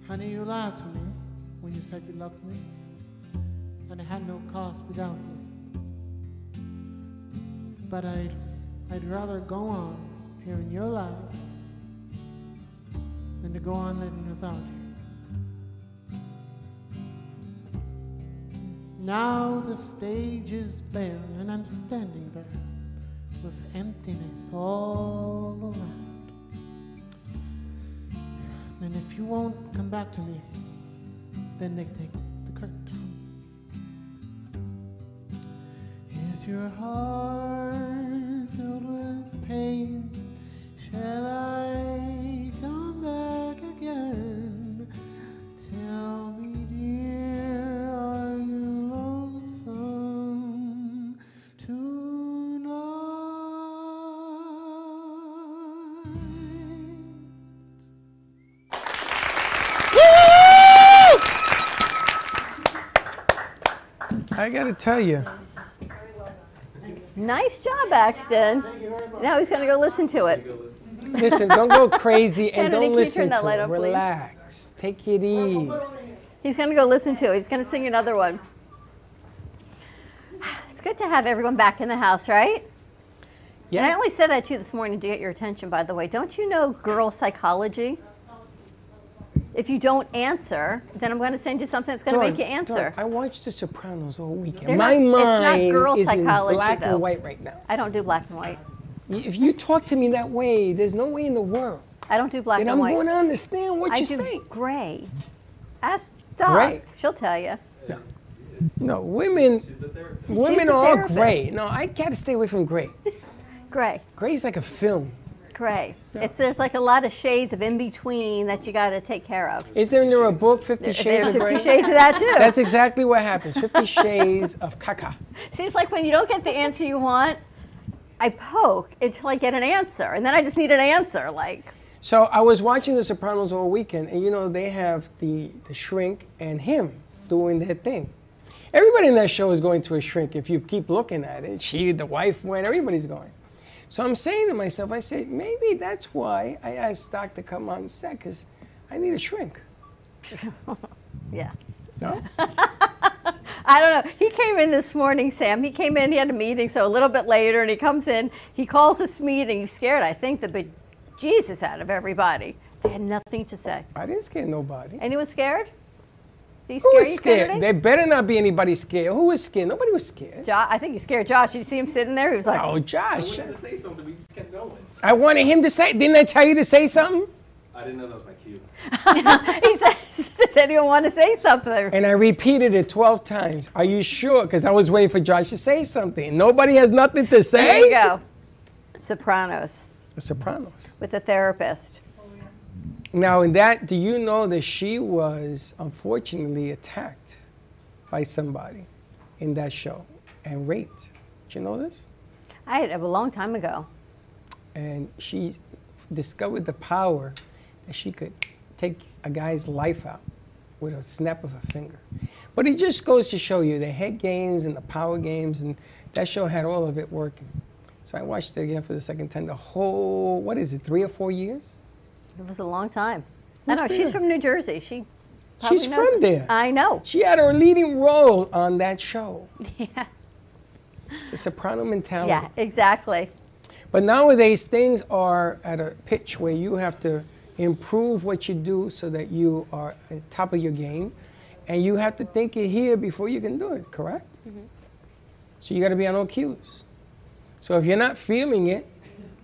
Honey, you lied to me when you said you loved me, and I had no cause to doubt you. But I'd, I'd rather go on hearing your lies than to go on living without you. Now the stage is bare and I'm standing there with emptiness all around. And if you won't come back to me, then they take the curtain down. Is your heart filled with pain? Shall I come back again? Tell me, dear, are you lonesome tonight? I gotta tell you, Nice job, Axton. Now he's going to go listen to it. listen, don't go crazy and Kennedy, can don't you listen turn that to light it. on, please? Relax. Take it easy. He's going to go listen to it. He's going to sing another one. It's good to have everyone back in the house, right? And I Yes. only said that to you this morning to get your attention, by the way. Don't you know girl psychology? If you don't answer, then I'm going to send you something that's going to Dawn, make you answer. Dawn, I watched The Sopranos all weekend. They're My not- it's not mind girl is psychology, in black though. and white right now. I don't do black and white. Y- If you talk to me that way, there's no way in the world. I don't do black Then and I'm white. going to understand what I you're do saying. Gray. Ask Doc. Gray. She'll tell you. No, women, She's women the are therapist. gray. No, I gotta stay away from gray. Gray. Gray's like a film. Gray. It's there's like a lot of shades of in between that you got to take care of. Isn't there a book, Fifty There's Shades of 50 Grey? shades of that, too. That's exactly what happens. Fifty Shades of Caca. See, it's like when you don't get the answer you want, I poke until I get an answer, and then I just need an answer. Like, So I was watching The Sopranos all weekend, and you know they have the the shrink and him doing their thing, Everybody in that show is going to a shrink if you keep looking at it. She, the wife went, everybody's going. So I'm saying to myself, I say, maybe that's why I asked Doc to come on set, because I need a shrink. yeah. No? I don't know. He came in this morning, Sam. He came in, he had a meeting, so a little bit later, and he comes in, he calls this meeting. He scared, I think, the Jesus out of everybody. They had nothing to say. I didn't scare nobody. Anyone scared? Did he Who scare was you, scared? Kennedy? There better not be anybody scared. Who was scared? Nobody was scared. Jo- I think you scared Josh. You see him sitting there? He was like, Oh, Josh. to say something, we just kept going. I wanted him to say, didn't I tell you to say something? I didn't know that was my cue. he says, does anyone want to say something? And I repeated it 12 times. Are you sure? Because I was waiting for Josh to say something. Nobody has nothing to say. There you go. Sopranos The Sopranos. with the therapist. Now, in that, do you know that she was unfortunately attacked by somebody in that show and raped? Did you know this? I had a long time ago. And she discovered the power that she could take a guy's life out with a snap of a finger. But it just goes to show you the head games and the power games, and that show had all of it working. So I watched it again for the second time. The whole, what is it, three or four years? It was a long time. That's I know. She's bad. from New Jersey. She probably She's knows from it. there. I know. She had her leading role on that show. Yeah. The soprano mentality. Yeah, exactly. But nowadays, things are at a pitch where you have to improve what you do so that you are at the top of your game. And you have to think it here before you can do it, correct? So you got to be on all cues. So if you're not feeling it,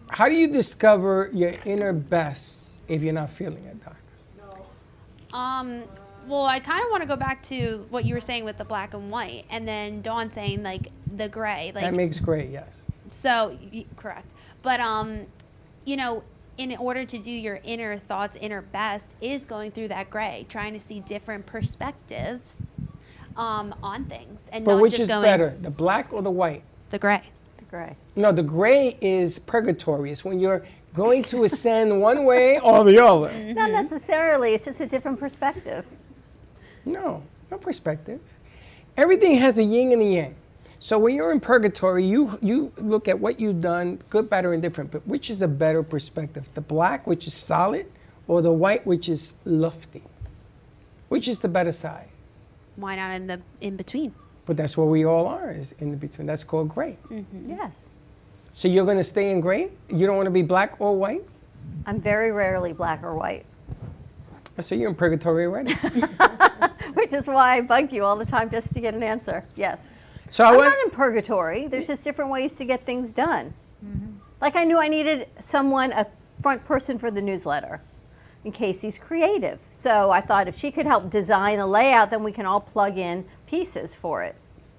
how do you discover your inner best if you're not feeling it, Doc? Um, well, I kind of want to go back to what you were saying with the black and white, and then Dawn saying like the gray. Like that makes great, yes. so y- correct. But um, you know, in order to do your inner thoughts, inner best is going through that gray, trying to see different perspectives um, on things, and But not which just is going better, the black or the white? the gray. The gray. No, the gray is purgatory. It's when you're going to ascend one way or the other. Not necessarily. It's just a different perspective. No, no perspective. Everything has a yin and a yang. So when you're in purgatory, you you look at what you've done, good, bad, or indifferent. But which is a better perspective? The black, which is solid, or the white, which is lofty? Which is the better side? Why not in the in between? But that's where we all are, is in the between. That's called gray. Mm-hmm. Yes. So you're going to stay in gray. You don't want to be black or white. I'm very rarely black or white, So you're in purgatory already. which is why I bug you all the time just to get an answer. Yes. So I I'm went. not in purgatory. There's just different ways to get things done. Like I knew I needed someone, a front person for the newsletter, in case he's creative. So I thought if she could help design the layout, then we can all plug in pieces for it.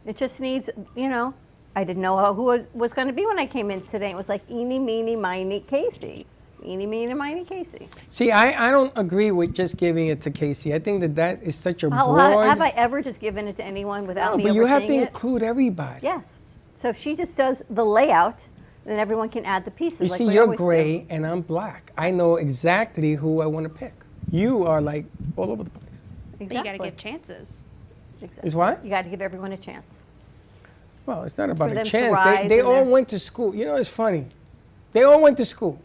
It just needs, you know, I didn't know who was, was going to be when I came in today. It was like eeny, meeny, miny, Casey. Eeny, meeny, miny, Casey. See, I, I don't agree with just giving it to Casey. I think that that is such a How, broad. how- have I ever just given it to anyone without No, me but you have to overseeing it? include everybody. Yes. So if she just does the layout, then everyone can add the pieces. You like see, we you're always do. gray and I'm black. I know exactly who I want to pick. You are like all over the place. But you got to Exactly. give chances. Exactly. Is what? You got to give everyone a chance. Well, it's not about For a them to chance. rise They, they in all their- went to school. You know, it's funny. They all went to school.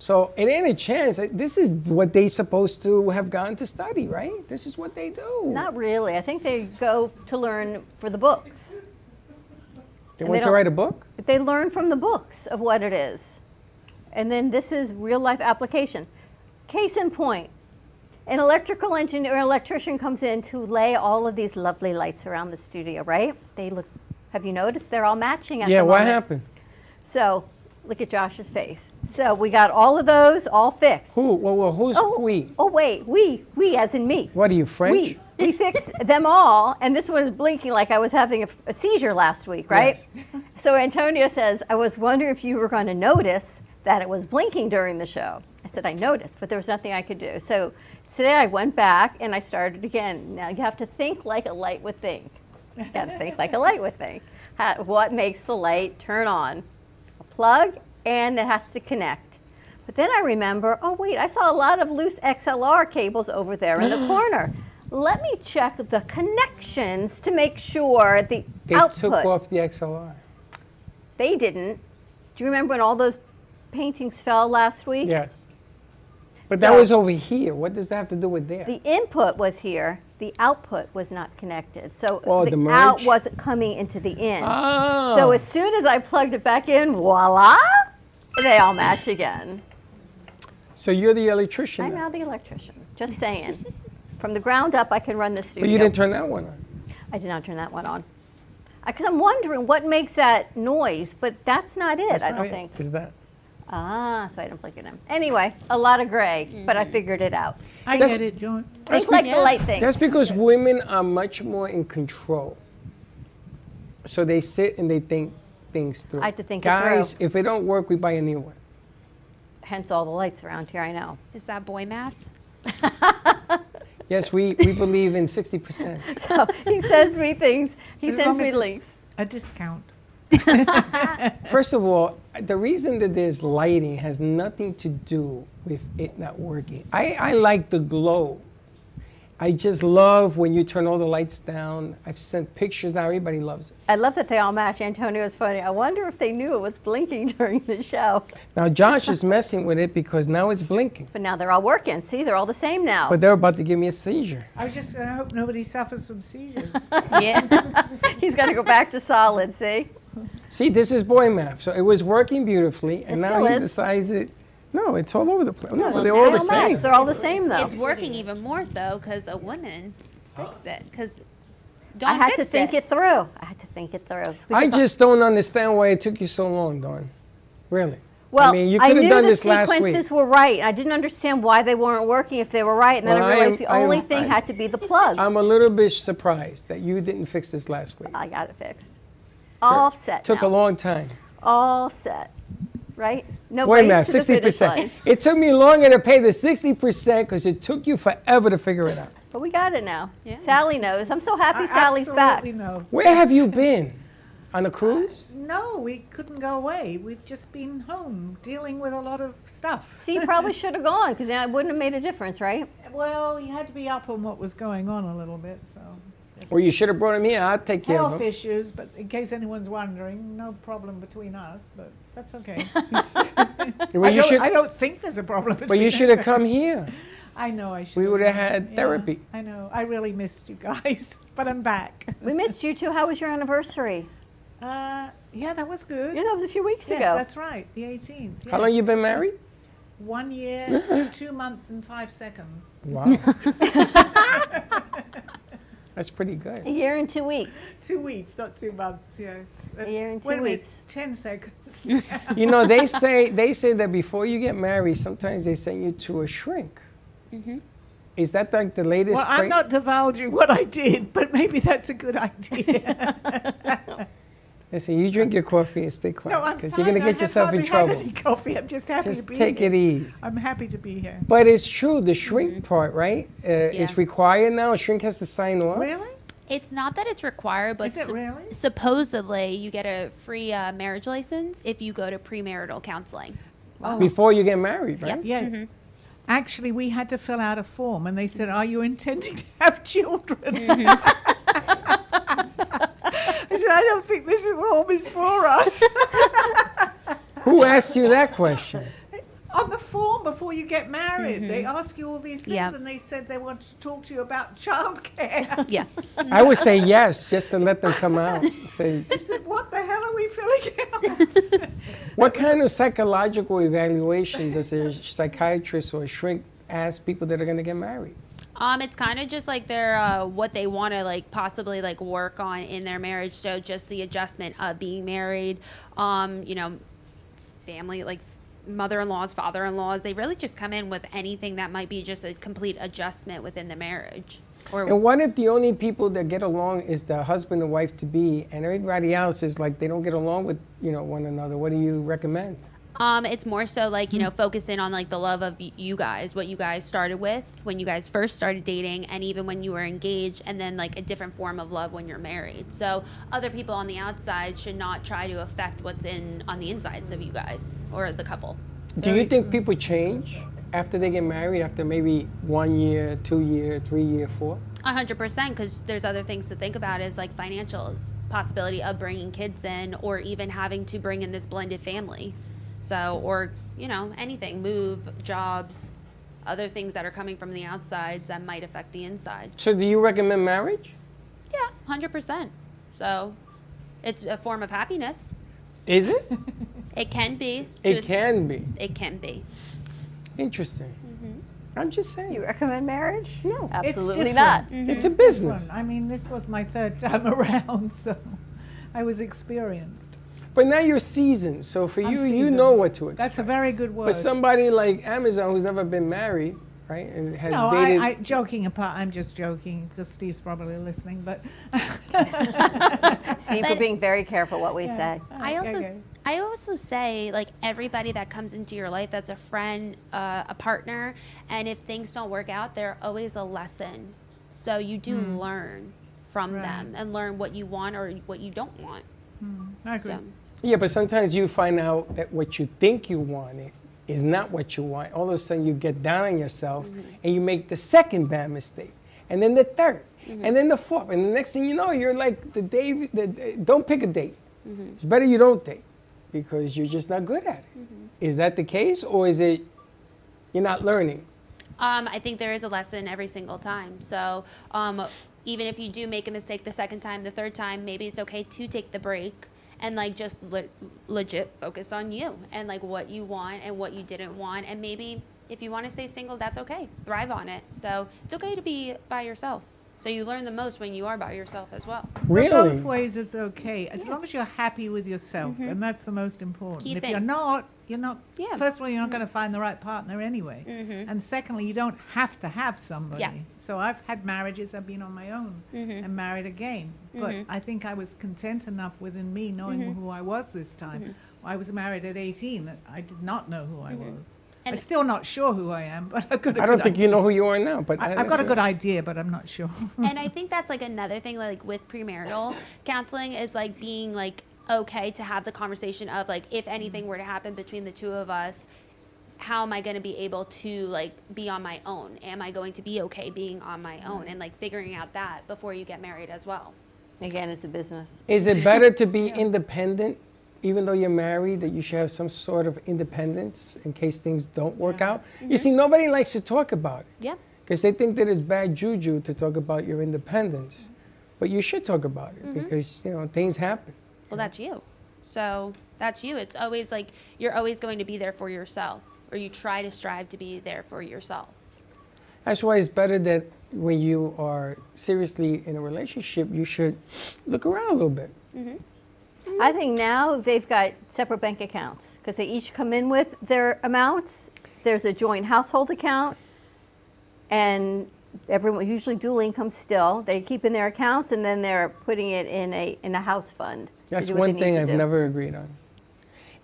So it ain't a chance. This is what they supposed to have gone to study, right? This is what they do. Not really. I think they go to learn for the books. they and went they to don't- write a book? But they learn from the books of what it is. And then this is real life application. Case in point, an electrical engineer, an electrician comes in to lay all of these lovely lights around the studio, right? They look, have you noticed? They're all matching at yeah, the what moment. happened? So look at Josh's face. So we got all of those all fixed. Who? Well, well who's oh, we? Oh, wait, we, we as in me. What are you, French? We, we fixed them all, and this one is blinking like I was having a, f- a seizure last week, right? So Antonio says, I was wondering if you were going to notice that it was blinking during the show. I said, I noticed, but there was nothing I could do. So today I went back and I started again. Now you have to think like a light would think. You got to think like a light would think. How, what makes the light turn on? A plug, and it has to connect. But then I remember, oh, wait, I saw a lot of loose XLR cables over there in the corner. Let me check the connections to make sure the They output. took off the XLR. They didn't. Do you remember when all those paintings fell last week? Yes. But that So- was over here. What does that have to do with there? The input was here. The output was not connected. So Oh, the, the merge? out wasn't coming into the in. Oh. So as soon as I plugged it back in, voila, they all match again. So you're the electrician. I'm now. now the electrician. Just saying. From the ground up, I can run the studio. But you didn't turn that one on. I did not turn that one on. Because I'm wondering what makes that noise, but that's not it, That's I not don't it. think. Is that? Ah, so I didn't plug it in. Anyway, a lot of gray, but I figured it out. I That's- get it, John. That's Think like the be- light things. That's because women are much more in control. So they sit and they think things through. I have to think it through. Guys, if it don't work, we buy a new one. Hence all the lights around here, I know. Is that boy math? Yes, we, we believe in 60%. So he sends me things. He As sends long me as it's links. A discount. First of all, the reason that there's lighting has nothing to do with it not working. I, I like the glow. I just love when you turn all the lights down. I've sent pictures now, everybody loves it. I love that they all match. Antonio is funny. I wonder if they knew it was blinking during the show. Now, Josh is messing with it because now it's blinking. But now they're all working. See, they're all the same now. But they're about to give me a seizure. I was just, I hope nobody suffers from seizures. yeah. He's got to go back to solid, see? See, this is boy math. So it was working beautifully, and It now still he is. decides it. No, it's all over the place. No, Well, they're all now the it same. matches. It's working even more though, because a woman fixed it. Because Dawn I had to fixed think it. through. I had to think it through. I Because just don't understand why it took you so long, Dawn. Really. Well, I mean, you could knew have done the this last sequences week. were right. I didn't understand why they weren't working if they were right, and then Well, I I am- realized the I am- only thing I- had to be the plug. I'm a little bit surprised that you didn't fix this last week. I got it fixed. All set. took a now. long time. All set. Right? No Boy brace math, to the sixty finish percent. line. It took me longer to pay the sixty percent because it took you forever to figure it out. But we got it now. Sally knows. I'm so happy I Sally's back. absolutely know. Where have you been? On a cruise? No, we couldn't go away. We've just been home dealing with a lot of stuff. See, you probably should have gone because it wouldn't have made a difference, right? Well, you had to be up on what was going on a little bit, so. Well, you should have brought him here. I'll take care of Health him. issues, but in case anyone's wondering, no problem between us, but that's okay. Well, I, you don't, should- I don't think there's a problem But you between should us. have come here. I know I should. We would have had Yeah, therapy. I know. I really missed you guys, but I'm back. We missed you too. How was your anniversary? Uh, yeah, that was good. Yeah, that was a few weeks Yes, ago. that's right, the 18th. How long yes. you been married? One year, two months, and five seconds. Wow. That's pretty good. A year and two weeks. Two weeks, not two months. Yes. A year and two Wait a minute, weeks. Ten seconds. You know, they say they say that before you get married, sometimes they send you to a shrink. Mm-hmm. Is that like the latest? Well, I'm cra- not divulging what I did, but maybe that's a good idea. Listen, you drink your coffee and stay no, I'm quiet because you're gonna fine. get I have yourself in hardly had trouble. any coffee. I'm just happy to Just be take here. it easy. I'm happy to be here. But it's true, the shrink part, right? Uh, It's required now. A shrink has to sign off. It's not that it's required, but Is it sup- really? supposedly you get a free uh, marriage license if you go to premarital counseling. Oh. Before you get married, right? Yeah. Mm-hmm. Actually, we had to fill out a form, and they said, "Are you intending to have children?" Mm-hmm. I said, "I don't think this is form is for us." Who asked you that question? On the form before you get married, they ask you all these things, Mm-hmm. Yeah. and they said they want to talk to you about childcare. Yeah. I would say yes, just to let them come out. Say, I said, "What the hell are we filling out?" What kind of psychological evaluation does a psychiatrist or a shrink ask people that are going to get married? Um, it's kind of just like their uh, what they want to like possibly like work on in their marriage. So just the adjustment of being married, um, you know, family like mother-in-laws, father-in-laws. They really just come in with anything that might be just a complete adjustment within the marriage. Or And what if the only people that get along is the husband and wife to be, and everybody else is like they don't get along with you know one another? What do you recommend? Um, it's more so like you know, focus in on like the love of y- you guys, what you guys started with when you guys first started dating, and even when you were engaged, and then like a different form of love when you're married. So other people on the outside should not try to affect what's in on the insides of you guys or the couple. Do you think people change? after they get married, after maybe one year, two year, three year, four? A hundred percent, because there's other things to think about, is like financials, possibility of bringing kids in, or even having to bring in this blended family. So, or you know, anything, move, jobs, other things that are coming from the outsides that might affect the inside. So do you recommend marriage? Yeah, hundred percent. So, it's a form of happiness. Is it? It can be. It just- can be. It can be. Mm-hmm. Interesting. I'm just saying. You recommend marriage? No, absolutely it's not. Mm-hmm. different. Mm-hmm. It's a It's a good business. one. I mean, this was my third time around, so I was experienced. But now you're seasoned, so for I'm you, you seasoned. know what to expect. That's a very good word. But somebody like Amazon who's never been married, right, and has no, dated. I, I, joking apart, I'm just joking because Steve's probably listening, but Steve, we're being very careful what we say. Oh, I also, I also say like everybody that comes into your life that's a friend, uh, a partner, and if things don't work out, they're always a lesson. So you do Mm. learn from Right. them and learn what you want or what you don't want. I agree. So- yeah, but sometimes you find out that what you think you wanted is not what you want. All of a sudden, you get down on yourself Mm-hmm. and you make the second bad mistake, and then the 3rd Mm-hmm. Mm-hmm. and then the fourth, and the next thing you know, you're like the day. The, the- don't pick a date. Mm-hmm. It's better you don't date because you're just not good at it. Is mm-hmm. that the case, or is it you're not learning? Um, I think there is a lesson every single time. So um, even if you do make a mistake the second time, the third time, maybe it's okay to take the break and like just le- legit focus on you and like what you want and what you didn't want. And maybe if you want to stay single, that's okay. Thrive on it. So it's okay to be by yourself. So you learn the most when you are by yourself as well. But Really? Both ways is okay, as long as you're happy with yourself, Mhm. and that's the most important. Key if thing. you're not, you're not. Yeah. First of all, you're not going to find the right partner anyway, Mhm. and secondly, you don't have to have somebody. Yeah. So I've had marriages. I've been on my own Mhm. and married again, but Mhm. I think I was content enough within me, knowing Mhm. who I was this time. Mhm. I was married at 18. I did not know who I Mhm. was. And- I'm still not sure who I am, but I've got a I don't good think idea. you know who you are now, but I, that's I've got a it. good idea, but I'm not sure. and I think that's like another thing like with premarital counseling is like being like okay to have the conversation of like if anything were to happen between the two of us how am I going to be able to like be on my own am I going to be okay being on my own and like figuring out that before you get married as well Again, it's a business. Is it better to be independent, even though you're married, that you should have some sort of independence in case things don't work out? Mm-hmm. You see, nobody likes to talk about it yeah because they think that it's bad juju to talk about your independence. But you should talk about it Mm-hmm. Mhm. because, you know, things happen. well that's you so that's you it's always like you're always going to be there for yourself or you try to strive to be there for yourself That's why it's better that when you are seriously in a relationship, you should look around a little bit. Mm-hmm. I think now they've got separate bank accounts because they each come in with their amounts. There's a joint household account, and everyone usually dual income still. They keep in their accounts and then they're putting it in a in a house fund. to That's do what they one thing need to I've do. never agreed on.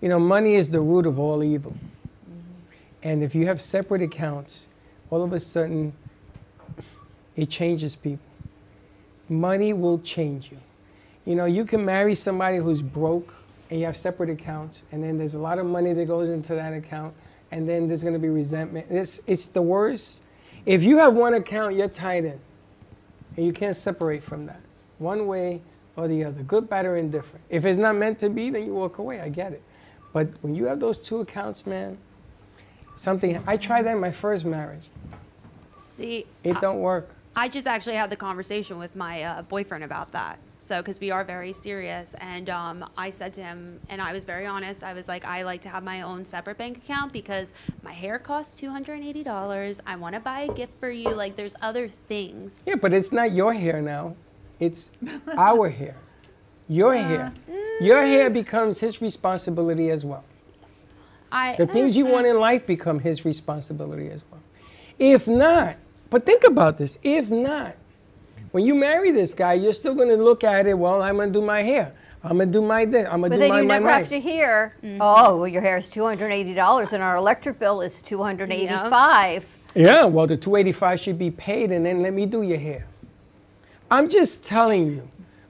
You know, money is the root of all evil. Mm-hmm. And if you have separate accounts, all of a sudden, it changes people. Money will change you. You know, you can marry somebody who's broke and you have separate accounts, and then there's a lot of money that goes into that account, and then there's gonna be resentment. It's, it's the worst. If you have one account, you're tied in, and you can't separate from that one way or the other, good, bad, or indifferent. If it's not meant to be, then you walk away. I get it. But when you have those two accounts, man, something. I tried that in my first marriage. see It don't work. I just actually had the conversation with my uh, boyfriend about that. So, because we are very serious, and um, I said to him, and I was very honest. I was like, I like to have my own separate bank account because my hair costs two hundred and eighty dollars. I want to buy a gift for you. Like, there's other things. Yeah, but it's not your hair now. It's our hair. Your hair. Your hair becomes his responsibility as well. I The things you want in life become his responsibility as well. If not, but think about this. If not, when you marry this guy, you're still going to look at it. Well, I'm going to do my hair. I'm going to do my this. I'm going to But do then my you my never my. have to hear, oh, well, your hair is two hundred eighty dollars, and our electric bill is two hundred eighty-five. Yeah, well, the 285 should be paid and then let me do your hair. I'm just telling you,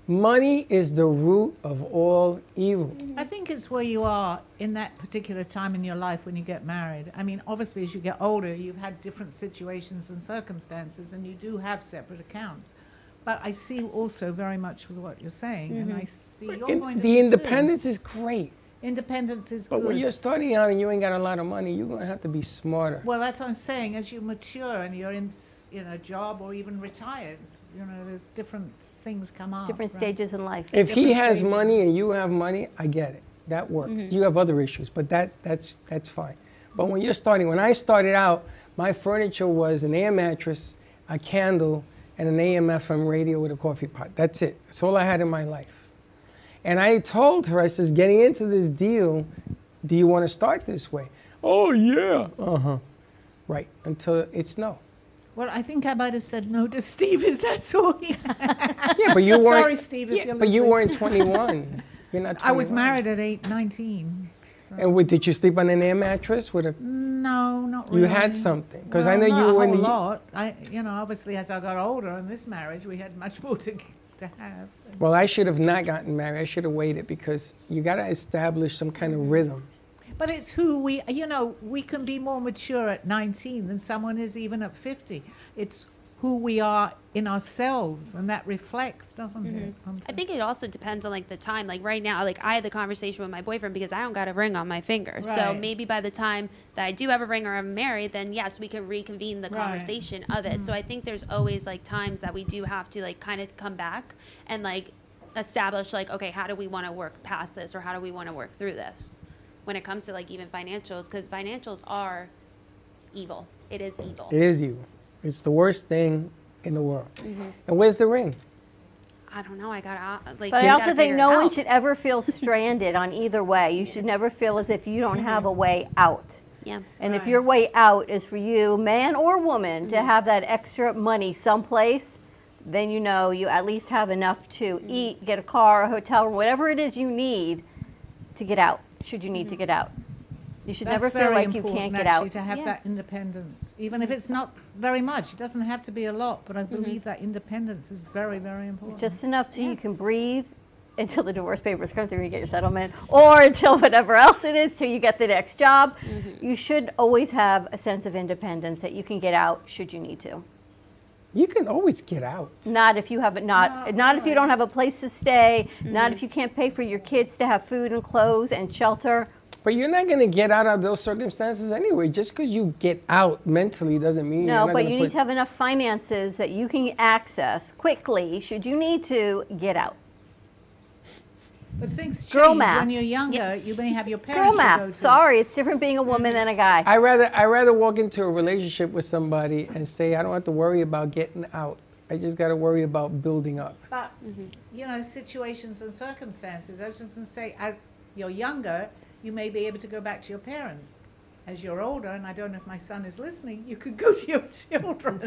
Money is the root of all evil. I think it's where you are in that particular time in your life when you get married. I mean, obviously, as you get older, you've had different situations and circumstances, and you do have separate accounts. But I see also very much with what you're saying, and I Mm-hmm. Mhm. see your In- point of the view, too. independence is great. Independence is But good. when you're starting out and you ain't got a lot of money, you're going to have to be smarter. Well, that's what I'm saying. As you mature and you're in, s- you know, job or even retired, you know, there's different s- things come up. Different right? stages in life. If he different has stages. money and you have money, I get it. That works. Mm-hmm. Mhm. You have other issues, but that that's that's fine. But when you're starting, when I started out, my furniture was an air mattress, a candle, and an AM/FM radio with a coffee pot. That's it. That's all I had in my life. And I told her, I says, getting into this deal, do you want to start this way? Oh yeah. Uh huh. Right. Until it's no. Well, I think I might have said no to Steve. Is that's all? He Yeah, but you weren't. Sorry, Steve. If yeah, you're but you listening. weren't 21. You're not 21. I was married at eight, 19. And what, did you sleep on an air mattress with a? No, not You really. had something, 'cause I Mm. Well, know not you were a in whole the- lot. I, you know, obviously as I got older in this marriage, we had much more to, to have. Well, I should have not gotten married. I should have waited because you got to establish some kind of rhythm. But it's who we, you know, we can be more mature at 19 than someone is even at 50. It's who we are in ourselves, and that reflects, doesn't it? Mm-hmm. Um, on I think it also depends on like the time. Like right now, like I had the conversation with my boyfriend because I don't got a ring on my finger. So Right. maybe by the time that I do have a ring or I'm married, then yes, we can reconvene the Right. conversation of it. So I think there's always like times that we do have to like kind of come back and like establish like okay, how do we want to work past this or how do we want to work through this when it comes to like even financials because financials are evil. It is evil. It is you. It's the worst thing in the world. Mm-hmm. Mhm. And where's the ring? I don't know. I got to like. But I you also gotta think figure it no one out. should ever feel stranded on either way. You should never feel as if you don't have a way out. Mm-hmm. Yeah. And if your way out is for you, man or woman, Mm-hmm. to have that extra money someplace, then you know you at least have enough to Mm-hmm. eat, get a car, a hotel room, whatever it is you need to get out, should you need Mm-hmm. to get out. You should That's never feel very like you important, can't get actually, out. To have that independence, even if it's not very much, it doesn't have to be a lot. But I believe that independence is very, very important. Mm-hmm. Just enough so you can breathe until the divorce papers come through and you get your settlement, or until whatever else it is, till you get the next job. You should always have a sense of independence that you can get out should you need to. You can always get out. Not if you have not not if you don't have a place to stay, not if you can't pay for your kids to have food and clothes and shelter. But you're not going to get out of those circumstances anyway. Just because you get out mentally doesn't mean you're No, not but gonna you put- need to have enough finances that you can access quickly should you need to get out. But things Girl change math. when you're younger. You may have your parents. Girl you go math. to. Mm. Sorry, it's different being a woman than a guy. I rather I rather walk into a relationship with somebody and say I don't have to worry about getting out. I just got to worry about building up. But Mm-hmm. you know, situations and circumstances. I was just going to say, as you're younger, you may be able to go back to your parents. As you're older, and I don't know if my son is listening, you could go to your children.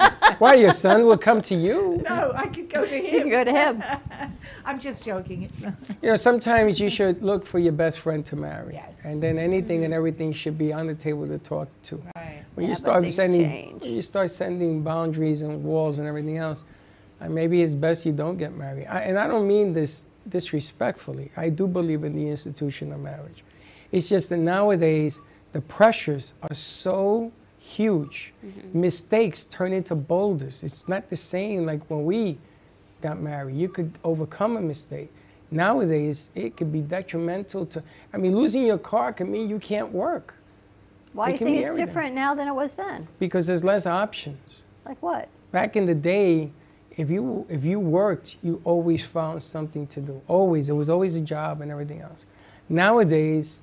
Why your son will come to you? no, I could go to him. You can go to him. I'm just joking. It's uh, You know, sometimes you should look for your best friend to marry. Yes. Mm-hmm. And then anything and everything should be on the table to talk to. Right. When Yeah, you but start things sending change. when you start sending boundaries and walls and everything else, uh, maybe it's best you don't get married. I, and I don't mean this disrespectfully. I do believe in the institution of marriage. It's just that nowadays the pressures are so huge. Mm-hmm. Mistakes turn into boulders. It's not the same like when we got married. You could overcome a mistake. Nowadays, it could be detrimental to. I mean, losing your car can mean you can't work Why do It you can think be it's everything. different now than it was then? because there's less options. Like what? Back in the day, if you if you worked, you always found something to do. Always, it was always a job and everything else. Nowadays,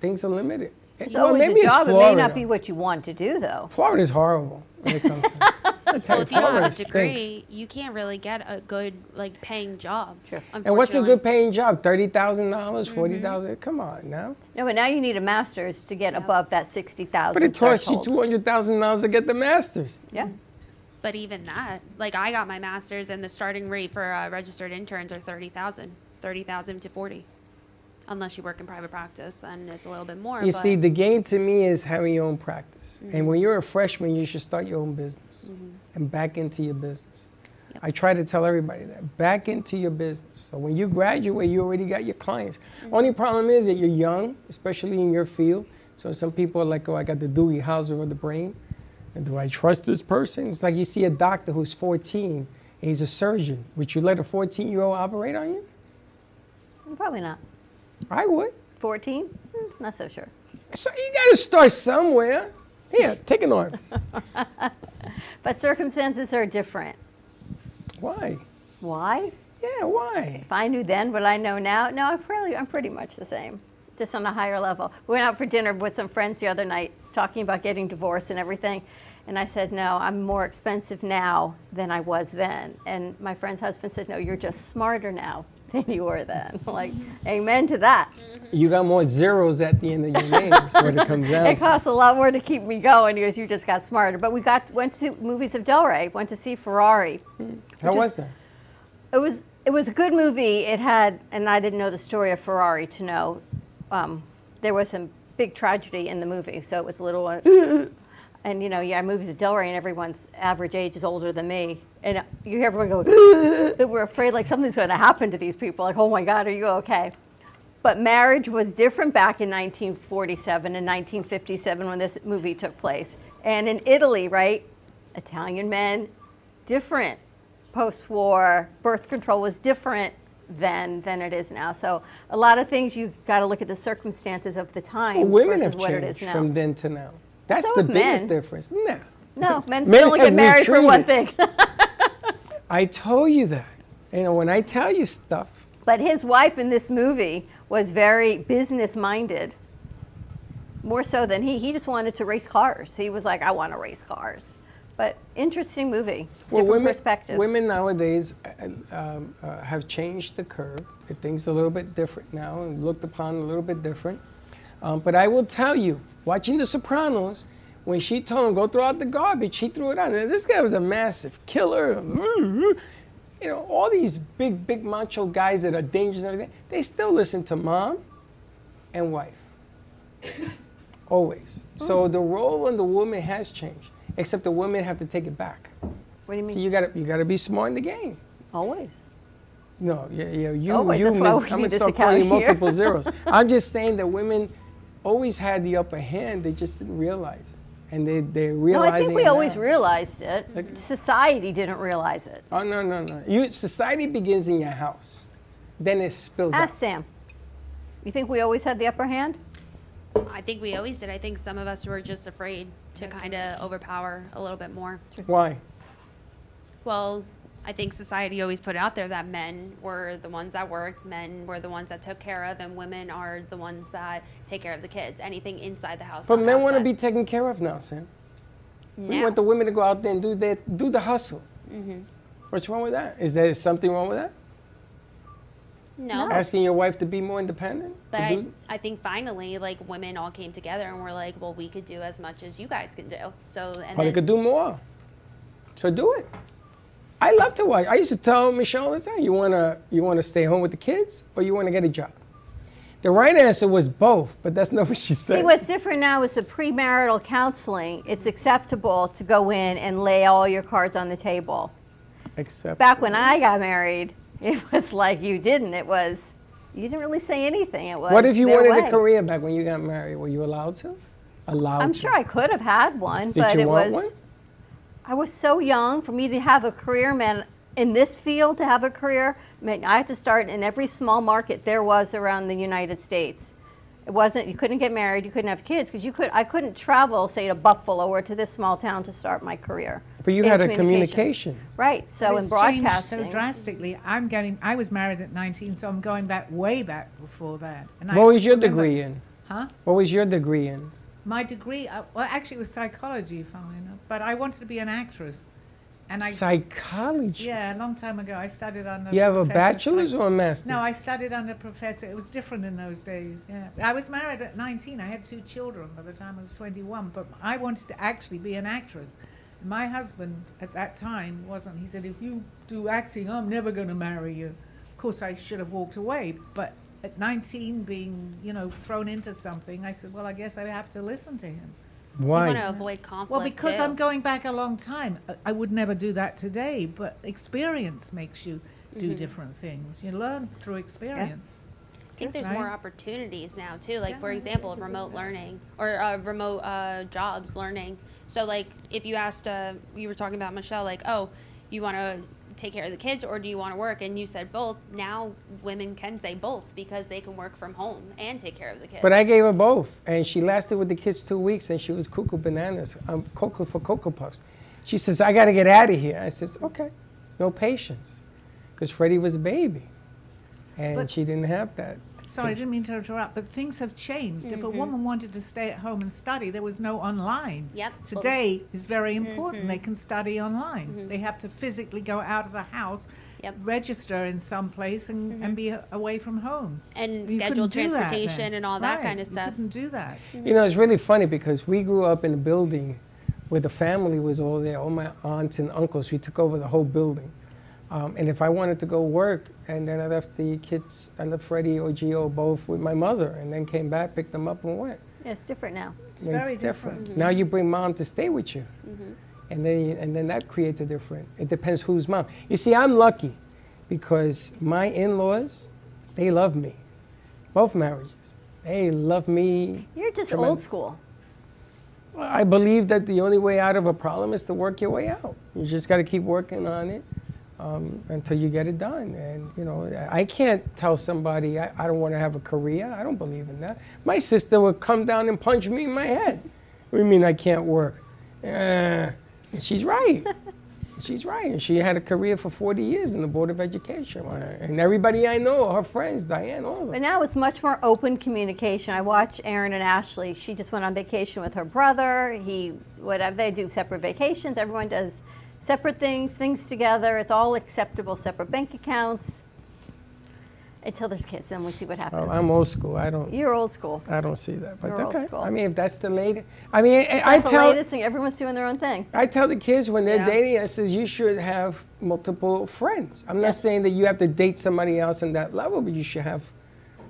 things are limited. It's Well, always maybe a it's job. It may Florida. not be what you want to do, though. Florida's horrible when it comes. to Well, if you don't Florida have a stinks. degree, you can't really get a good like paying job. Sure. And what's a good paying job? Thirty thousand dollars, forty thousand. Mm-hmm. Come on now. No, but now you need a master's to get above that sixty thousand. But it costs you two hundred thousand dollars to get the masters. Yeah. But even that, like I got my master's, and the starting rate for uh, registered interns are thirty thousand, thirty thousand to forty, unless you work in private practice, then it's a little bit more. You but, see, the game to me is having your own practice. Mhm. And when you're a freshman, you should start your own business Mhm. and back into your business. I try to tell everybody that. Back into your business. So when you graduate, you already got your clients. Mm-hmm. Only problem is that you're young, especially in your field. So some people are like, oh, I got the Dewey Hauser of the brain. And do I trust this person? It's like you see a doctor who's 14 and he's a surgeon. Would you let a 14 year old operate on you? Probably not. I would. 14? Mm, not so sure. So you got to start somewhere. Here, take an arm. But circumstances are different. Why? Why? Yeah, why? If I knew then what I know now, no, I'm probably I'm pretty much the same, just on a higher level. We went out for dinner with some friends the other night, talking about getting divorced and everything, and I said, no, I'm more expensive now than I was then. And my friend's husband said, no, you're just smarter now than you were then. like, amen to that. You got more zeros at the end of your name, is what it comes down It to. costs a lot more to keep me going. He goes, you just got smarter. But we got went to movies of Del Rey. Went to see Ferrari. Hmm. How which was is- that? It was it was a good movie. It had, and I didn't know the story of Ferrari to know um, there was some big tragedy in the movie, so it was a little. uh, And you know, yeah, movies at Delray, and everyone's average age is older than me, and you hear everyone go, "Uh," "We're afraid like something's going to happen to these people." Like, oh my God, are you okay? But marriage was different back in 1947 and 1957 when this movie took place, and in Italy, right? Italian men, different post-war birth control was different then than it is now. So a lot of things you've got to look at the circumstances of the time Well, women versus have what it is changed now. from then to now. That's So the have biggest men. difference. No. no, men Men still only get have married for one thing. I told you that. You know, when I tell you stuff, but his wife in this movie was very business-minded, more so than he. He just wanted to race cars. He was like, I want to race cars. But interesting movie, well, different women, perspective. women nowadays uh, um, uh, have changed the curve. Uh, Things are a little bit different now and looked upon a little bit different. Um, but I will tell you, watching The Sopranos, when she told him, go throw out the garbage, he threw it out. Now, this guy was a massive killer. You know, all these big, big macho guys that are dangerous and everything, they still listen to mom and wife. Always. Oh. So the role on the woman has changed, except the women have to take it back. What do you mean? So you gotta you gotta be smart in the game. Always. No, yeah, yeah, you Always, you that's why we I'm need gonna this start calling you account here. multiple zeros. I'm just saying that women always had the upper hand. They just didn't realize it, and they they No, realizing. I think we it now. always realized it. Society didn't realize it. Oh no no no! You society begins in your house, then it spills out. Ask Sam. You think we always had the upper hand? I think we always did. I think some of us were just afraid to kind of overpower a little bit more. Why? Well, I think society always put out there that men were the ones that worked, men were the ones that took care of, and women are the ones that take care of the kids. Anything inside the house. But not men want to outside. be taken care of now, Sam. We No. want the women to go out there and do their, do the hustle. Mhm. What's wrong with that? Is there something wrong with that? No. Asking your wife to be more independent? But to I, do- I think finally, like women all came together and were like, well, we could do as much as you guys can do. So and Well, they then, could do more. So do it. I love to watch. I used to tell Michelle all the time, you wanna you wanna stay home with the kids or you wanna get a job? The right answer was both, but that's not what she said. See, what's different now is the premarital counseling. It's acceptable to go in and lay all your cards on the table. Except Back when I got married, it was like you didn't. It was, you didn't really say anything. It was. what if you their wanted way. a career back when you got married? Were you allowed to? Allowed I'm to. sure I could have had one, Did but you it want was. one? I was so young for me to have a career, man. In this field, to have a career, meant I had to start in every small market there was around the United States. It wasn't you couldn't get married, you couldn't have kids because you could. I couldn't travel, say, to Buffalo or to this small town to start my career. But you in had a communications. communication. Right. So But in it's changed broadcasting, so drastically. I'm getting. I was married at 19, so I'm going back way back before that. And I What was your remember- degree in? Huh? What was your degree in? My degree. Uh, well, actually, it was psychology, funnily enough. But I wanted to be an actress, and I. Psychology. Yeah, a long time ago, I studied under. You have a professor of bachelor's psych- or a master's? No, I studied under professor. It was different in those days. Yeah, I was married at 19. I had two children by the time I was 21. But I wanted to actually be an actress. My husband at that time wasn't. He said, "If you do acting, I'm never going to marry you." Of course, I should have walked away. But at 19, being you know thrown into something, I said, "Well, I guess I have to listen to him." Why? You want to avoid conflict. Well, because too. I'm going back a long time. I- I would never do that today, but experience makes you do Mhm. different things. You learn through experience. I think there's Right? more opportunities now too. Like for Yeah, example, remote learning or uh, remote uh, jobs learning. So like if you asked, uh, you were talking about Michelle, like oh, you want to take care of the kids or do you want to work? And you said both. Now women can say both because they can work from home and take care of the kids. But I gave her both, and she lasted with the kids two weeks, and she was cuckoo bananas, um, cocoa for cocoa puffs. She says, "I got to get out of here." I says, "Okay, no patience," because Freddie was a baby, and But- she didn't have that. Sorry, I didn't mean to interrupt, but things have changed. If a Mhm. woman wanted to stay at home and study, there was no online. Yep. Today is very important. Mhm. They can study online. Mm-hmm. They have to physically go out of the house, register in some place, and, and be a- away from home. Mm-hmm. and You couldn't scheduled do that transportation then. and all that Right. kind of stuff. Mm-hmm. You couldn't do that. You know, it's really funny because we grew up in a building where the family was all there, all my aunts and uncles. We took over the whole building. Um, and if I wanted to go work, and then I left the kids, I left Freddie or Gio both with my mother, and then came back, picked them up, and went. Yeah, it's different now. It's different. Now you bring mom to stay with you, Mhm. and then you- and then that creates a different. It depends who's mom. You see, I'm lucky because my in-laws, they love me, both marriages. They love me. You're just old tremendous- school. I believe that the only way out of a problem is to work your way out. You just got to keep working on it um, until you get it done. And you know, I- I can't tell somebody I, I don't want to have a career. I don't believe in that. My sister would come down and punch me in my head. What do you mean I can't work? Eh, and she's right. She's right. And she had a career for 40 years in the Board of Education. And everybody I know, her friends, Diane, all of them. But now it's much more open communication. I watch Erin and Ashley. She just went on vacation with her brother. He, whatever they do, separate vacations. Everyone does separate things, things together. It's all acceptable, separate bank accounts. Until there's kids, then we see what happens. Oh, I'm old school. I don't. You're old school. I don't see that. But You're old okay. school. I mean, if that's the latest, I mean, I- I That's the tell. latest thing. Everyone's doing their own thing. I tell the kids when they're Yeah. dating, I says you should have multiple friends. I'm not saying that you have to date somebody else on that level, but you should have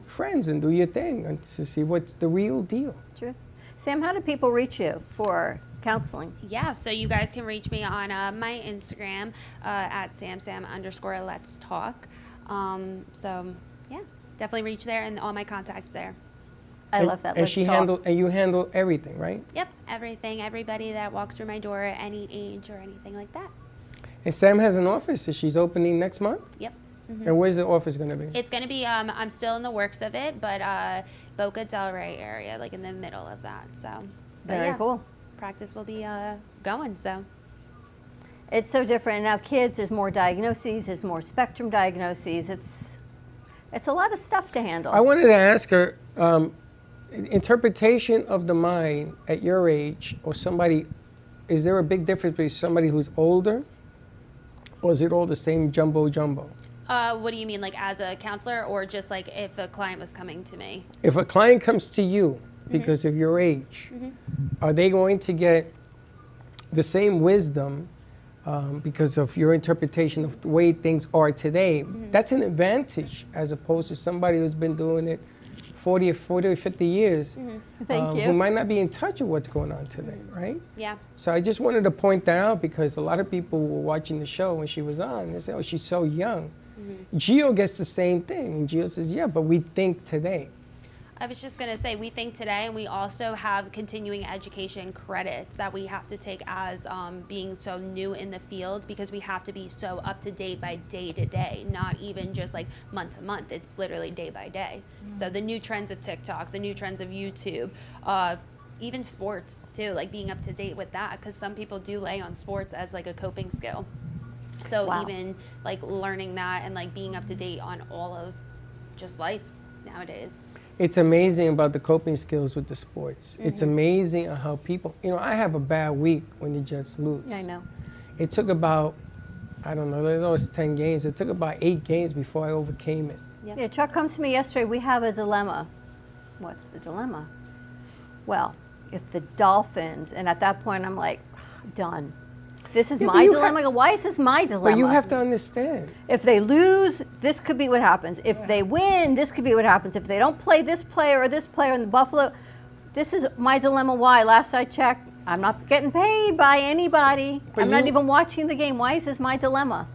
friends and do your thing and to see what's the real deal. True. Sam, how do people reach you for counseling? Yeah, so you guys can reach me on uh, my Instagram uh, at samsam underscore let's talk. Um, so yeah, definitely reach there and all my contacts there. And- And she handle and you handle everything, right? Yep, everything, everybody that walks through my door at any age or anything like that. And Sam has an office that she's opening next month. Yep. Mm-hmm. mhm. And where's the office going to be? It's gonna be. Um, I'm still in the works of it, but uh, Boca Del Rey area, like in the middle of that. So. But Very yeah, cool. Practice will be uh, going. So. It's so different now. Kids, there's more diagnoses. There's more spectrum diagnoses. It's it's a lot of stuff to handle. I wanted to ask her um, in- interpretation of the mind at your age or somebody. Is there a big difference between somebody who's older, or is it all the same jumbo jumbo? Uh, what do you mean, like as a counselor, or just like if a client was coming to me? If a client comes to you because of your age, are they going to get the same wisdom um, because of your interpretation of the way things are today? That's an advantage as opposed to somebody who's been doing it 40 or 40 or 50 years Mm. Thank Uh, um, you. who might not be in touch with what's going on today, right? Yeah. So I just wanted to point that out because a lot of people were watching the show when she was on. They said, oh, she's so young. Mm-hmm. Gio gets the same thing. And Gio says, yeah, but we think today. I was just going to say, we think today, and we also have continuing education credits that we have to take as um, being so new in the field because we have to be so up to date by day to day, not even just like month to month. It's literally day by day. So the new trends of TikTok, the new trends of YouTube, uh, even sports too, like being up to date with that because some people do lay on sports as like a coping skill. So Wow. even like learning that and like being up to date on all of just life nowadays. It's amazing about the coping skills with the sports. It's Mhm. Mm-hmm. amazing how people, you know, I have a bad week when the Jets lose. I know. It took about, I don't know, they lost 10 games. It took about eight games before I overcame it. Yeah, Chuck comes to me yesterday. We have a dilemma. What's the dilemma? Well, if the Dolphins, and at that point I'm like, done. This is Yeah, but my you dilemma. I go, Why is this my dilemma? But you have to understand. If they lose, this could be what happens. If they win, this could be what happens. If they don't play this player or this player in the Buffalo, This is my dilemma. Why? Last I checked, I'm not getting paid by anybody. But I'm not you- even watching the game. Why is this my dilemma?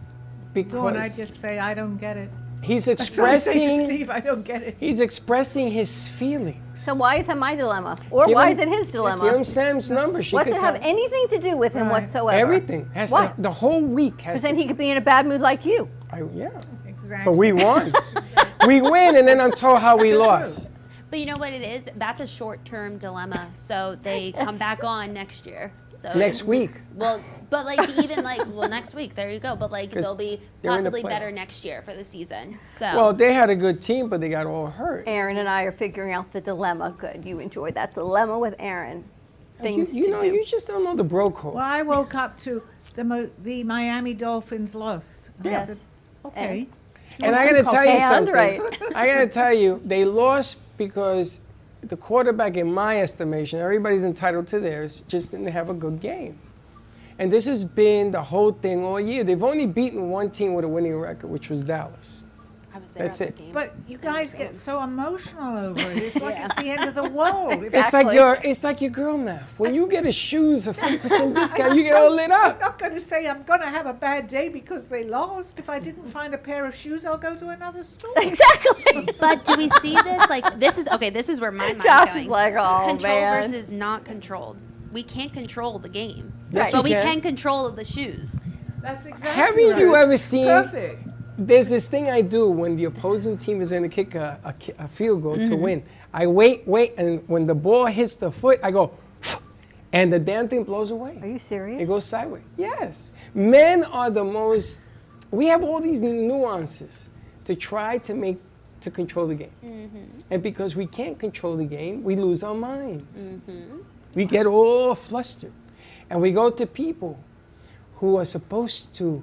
Go and I because just say I don't get it. he's That's what I say to expressing Steve, I don't get it. he's expressing his feelings. So why is that my dilemma? Or Give why him- is it his dilemma? Give him Sam's number. She What's could it have tell- anything to do with him whatsoever? Everything. Has Why? to- the whole week has. Because then he could be in a bad mood like you. I, yeah. Exactly. But we won. we win, and then I'm told how we lost. But you know what it is? That's a short-term dilemma. So they come back on next year. So Next week. Well, but like even like well next week, there you go. But like 'Cause they'll be they're in the possibly better next year for the season. So Well, they had a good team, but they got all hurt. Aaron and I are figuring out the dilemma. Good. You enjoy that dilemma with Aaron. Things you to know, do. you just don't know the bro code. Well, I woke up to the Mo- the Miami Dolphins lost. I Yeah. said, okay. And I gotta tell you Sound something. right. I gotta tell you, they lost because the quarterback, in my estimation, everybody's entitled to theirs, just didn't have a good game. And this has been the whole thing all year. They've only beaten one team with a winning record, which was Dallas. I was there That's at the it. game. But you guys get so emotional over it. It's like it's the end of the world. It's like your it's like your girl math. When you get a shoes a fifty percent discount, you get all lit I'm up. not going to say I'm going to have a bad day because they lost. If I didn't find a pair of shoes, I'll go to another store. Exactly. but do we see this? Like this is okay. This is where my mind Josh going. is like, "Oh, control man." versus not controlled. We can't control the game, Yes, but you we can. can control the shoes. That's exactly. Haven't you ever seen? Perfect. There's this thing I do when the opposing team is going to kick a, a ki- a field goal to Mm-hmm. Mhm. win. I wait, wait, and when the ball hits the foot, I go, and the damn thing blows away. Are you serious? It goes sideways. Yes. Men are the most. We have all these nuances to try to make to control the game, and because we can't control the game, we lose our minds. We get all flustered. And we go to people who are supposed to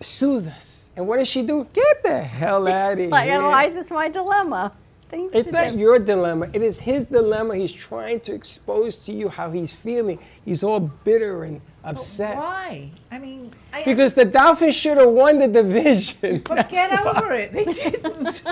soothe us. And what does she do? Get the hell out of here. Like, why is this my dilemma? Things It's to not do. your dilemma. It is his dilemma. He's trying to expose to you how he's feeling. He's all bitter and upset. Why? I mean, I Because the Dolphins should have won the division. get over it. They didn't.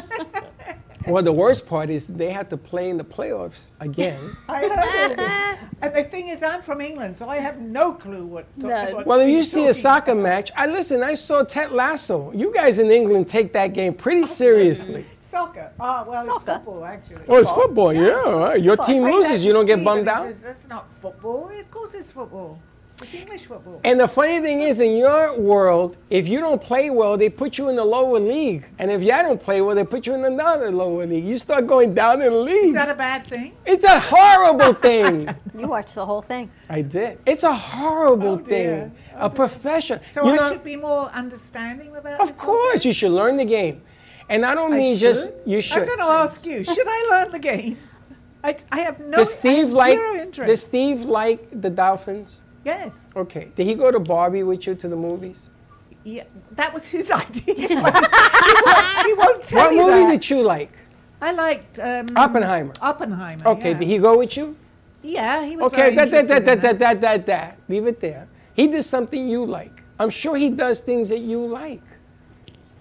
Well, the worst part is they have to play in the playoffs again. I heard it. And the thing is, I'm from England, so I have no clue what. what Well, if you he's see a talking soccer match, I listen. I saw Ted Lasso. You guys in England take that game pretty seriously. Soccer. Oh, well, it's football, actually. Oh, it's football. Yeah, all right. your Well, I team say loses, that you to don't get Steve, bummed and he out. says, That's not football. Of course, it's football. It's English football. And the funny thing is, in your world, if you don't play well, they put you in the lower league, and if you don't play well, they put you in another lower league. You start going down in the Is leagues. that a bad thing? it's a horrible thing. You watched the whole thing. I did. It's a horrible Oh, dear. thing. a profession. So You I know- should be more understanding about Of this. course, you should learn the game. And I don't mean just you should. I'm going to ask you. Should I learn the game? I, I have no. does I Steve have like zero interest. does Steve like the Dolphins? Yes. Okay. Did he go to Barbie with you to the movies? Yeah, that was his idea. he, won't, he won't tell what you movie that. did you like? I liked um, Oppenheimer. Oppenheimer. Okay. yeah. Did he go with you? Yeah, he was. Okay. very That that interested that in that that that that that. Leave it there. He did something you like. I'm sure he does things that you like.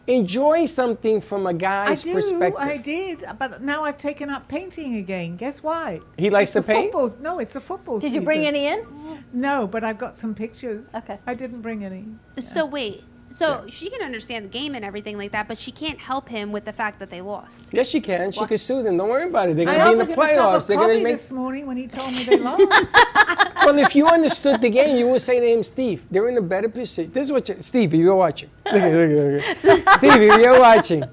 Enjoy something from a I guy's do. perspective. I did, but now I've taken up painting again. Guess why? He likes It's to the paint? Football, no, it's the football. Did you bring season. any in? No, but I've got some pictures. Okay. I didn't bring any. So wait. So she can understand the game and everything like that, but she can't help him with the fact that they lost. Yes, she can. She What? can sue them. Don't worry about it. They're I going to be in offered the him a cup playoffs. of They're going coffee to make. this morning when he told me they lost. Well, if you understood the game, you would say to him, Steve, they're in a better position. This is what you, Steve, if you're watching. Look at, look at, look at. Steve, if you're watching,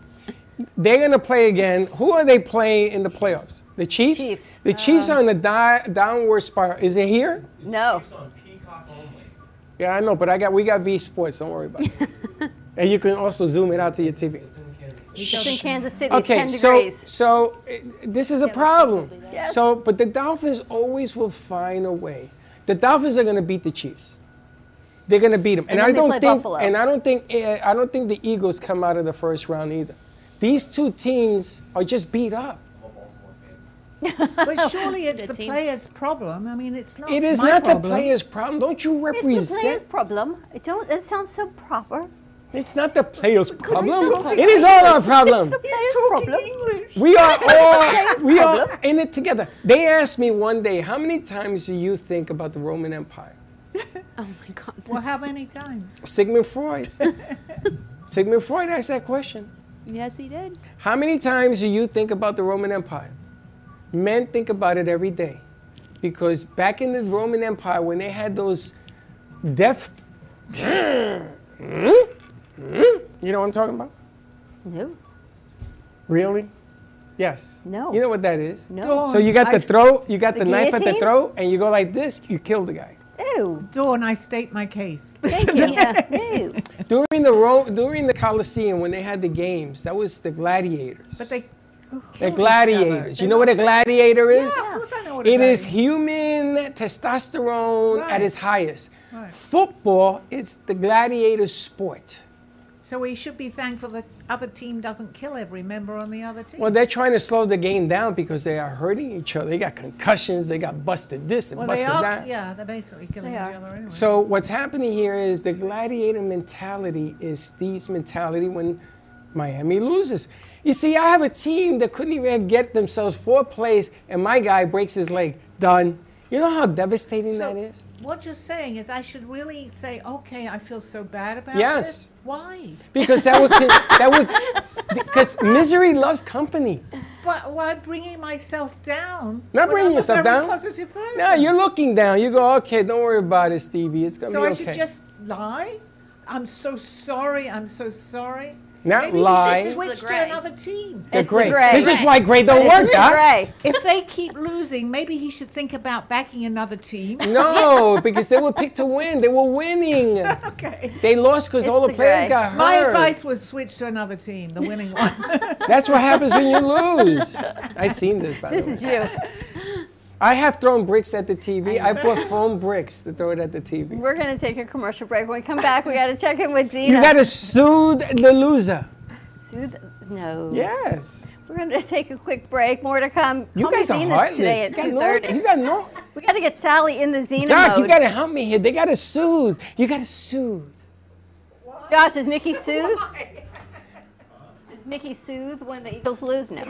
they're going to play again. Who are they playing in the playoffs? The Chiefs? Chiefs. The Chiefs are in a di- downward spiral. Is it here? No. Yeah, I know, but I got we got V Sports. Don't worry about it. and you can also zoom it out to your TV. It's in Kansas City. It's Okay, 10 so degrees. so uh, this is a problem. Yes. So, but the Dolphins always will find a way. The Dolphins are going to beat the Chiefs. They're going to beat them, And and, then I they don't play think Buffalo. and I don't think uh, I don't think the Eagles come out of the first round either. These two teams are just beat up. but surely it's the team. players' problem. I mean, it's not. It is my not problem. the players' problem. Don't you It's the player's represent? problem. I don't. That sounds so proper. It's not the players' he's problem. talking It is all our English. problem. He's talking English. We are all Players' we problem. are in it together. They asked me one day, how many times do you think about the Roman Empire? Well, how many times? Sigmund Freud. Sigmund Freud asked that question. Yes, he did. How many times do you think about the Roman Empire? Men think about it every day. Because back in the Roman Empire, when they had those deaf. you know what I'm talking about? No. Really? Yes. No. You know what that is? No. So you got the Dawn, I- throat, you got the, The knife at the guillotine? throat, and you go like this, you kill the guy. Ew. Dawn, I state my case. During the Rome, during the Colosseum, when they had the games, that was the gladiators. But they The gladiators. You know what a gladiator is? Yeah, of course I know what a It is gladiator human testosterone at Right. its highest. Right. Football is the gladiator sport. So we should be thankful the other team doesn't kill every member on the other team. Well, they're trying to slow the game down because they are hurting each other. They got concussions. They got busted this and Well, they busted are. that. Yeah, they're basically killing They each are. other anyway. So what's happening here is the gladiator mentality is Steve's mentality when Miami loses. You see, I have a team that couldn't even get themselves fourth place, and my guy breaks his leg. Done. You know how devastating that is? What you're saying is I should really say, okay, I feel so bad about Yes. this. Why? Because that would that would because misery loves company. But why bringing myself down? Not when bringing I'm a yourself very down. Positive person. No, you're looking down. You go, okay, don't worry about it, Stevie. It's gonna So be I okay. should just lie? I'm so sorry. I'm so sorry. Not Maybe lie. You It's should the switch to another team. The It's the gray. gray. This is why gray don't It's work, the Doc. gray. If they keep losing, maybe he should think about backing another team. No, because they were picked to win. They were winning. okay. They lost because all the, players got hurt. My advice was switch to another team, the winning one. That's what happens when you lose. I seen this by the way. I have thrown bricks at the TV. I bought foam bricks to throw it at the TV. We're going to take a commercial break. When we come back, we got to check in with Zena. You gotta soothe the loser. Soothe- No. Yes. Oh. We're going to take a quick break. More to come. You Call me guys are Zenas heartless. today You at got no- 2:30. you got no. We got to get Sally in the Xena Doc, mode. you gotta help me here. They gotta soothe. You gotta soothe. Josh, is Nikki soothe? Is Nikki soothe when the Eagles lose?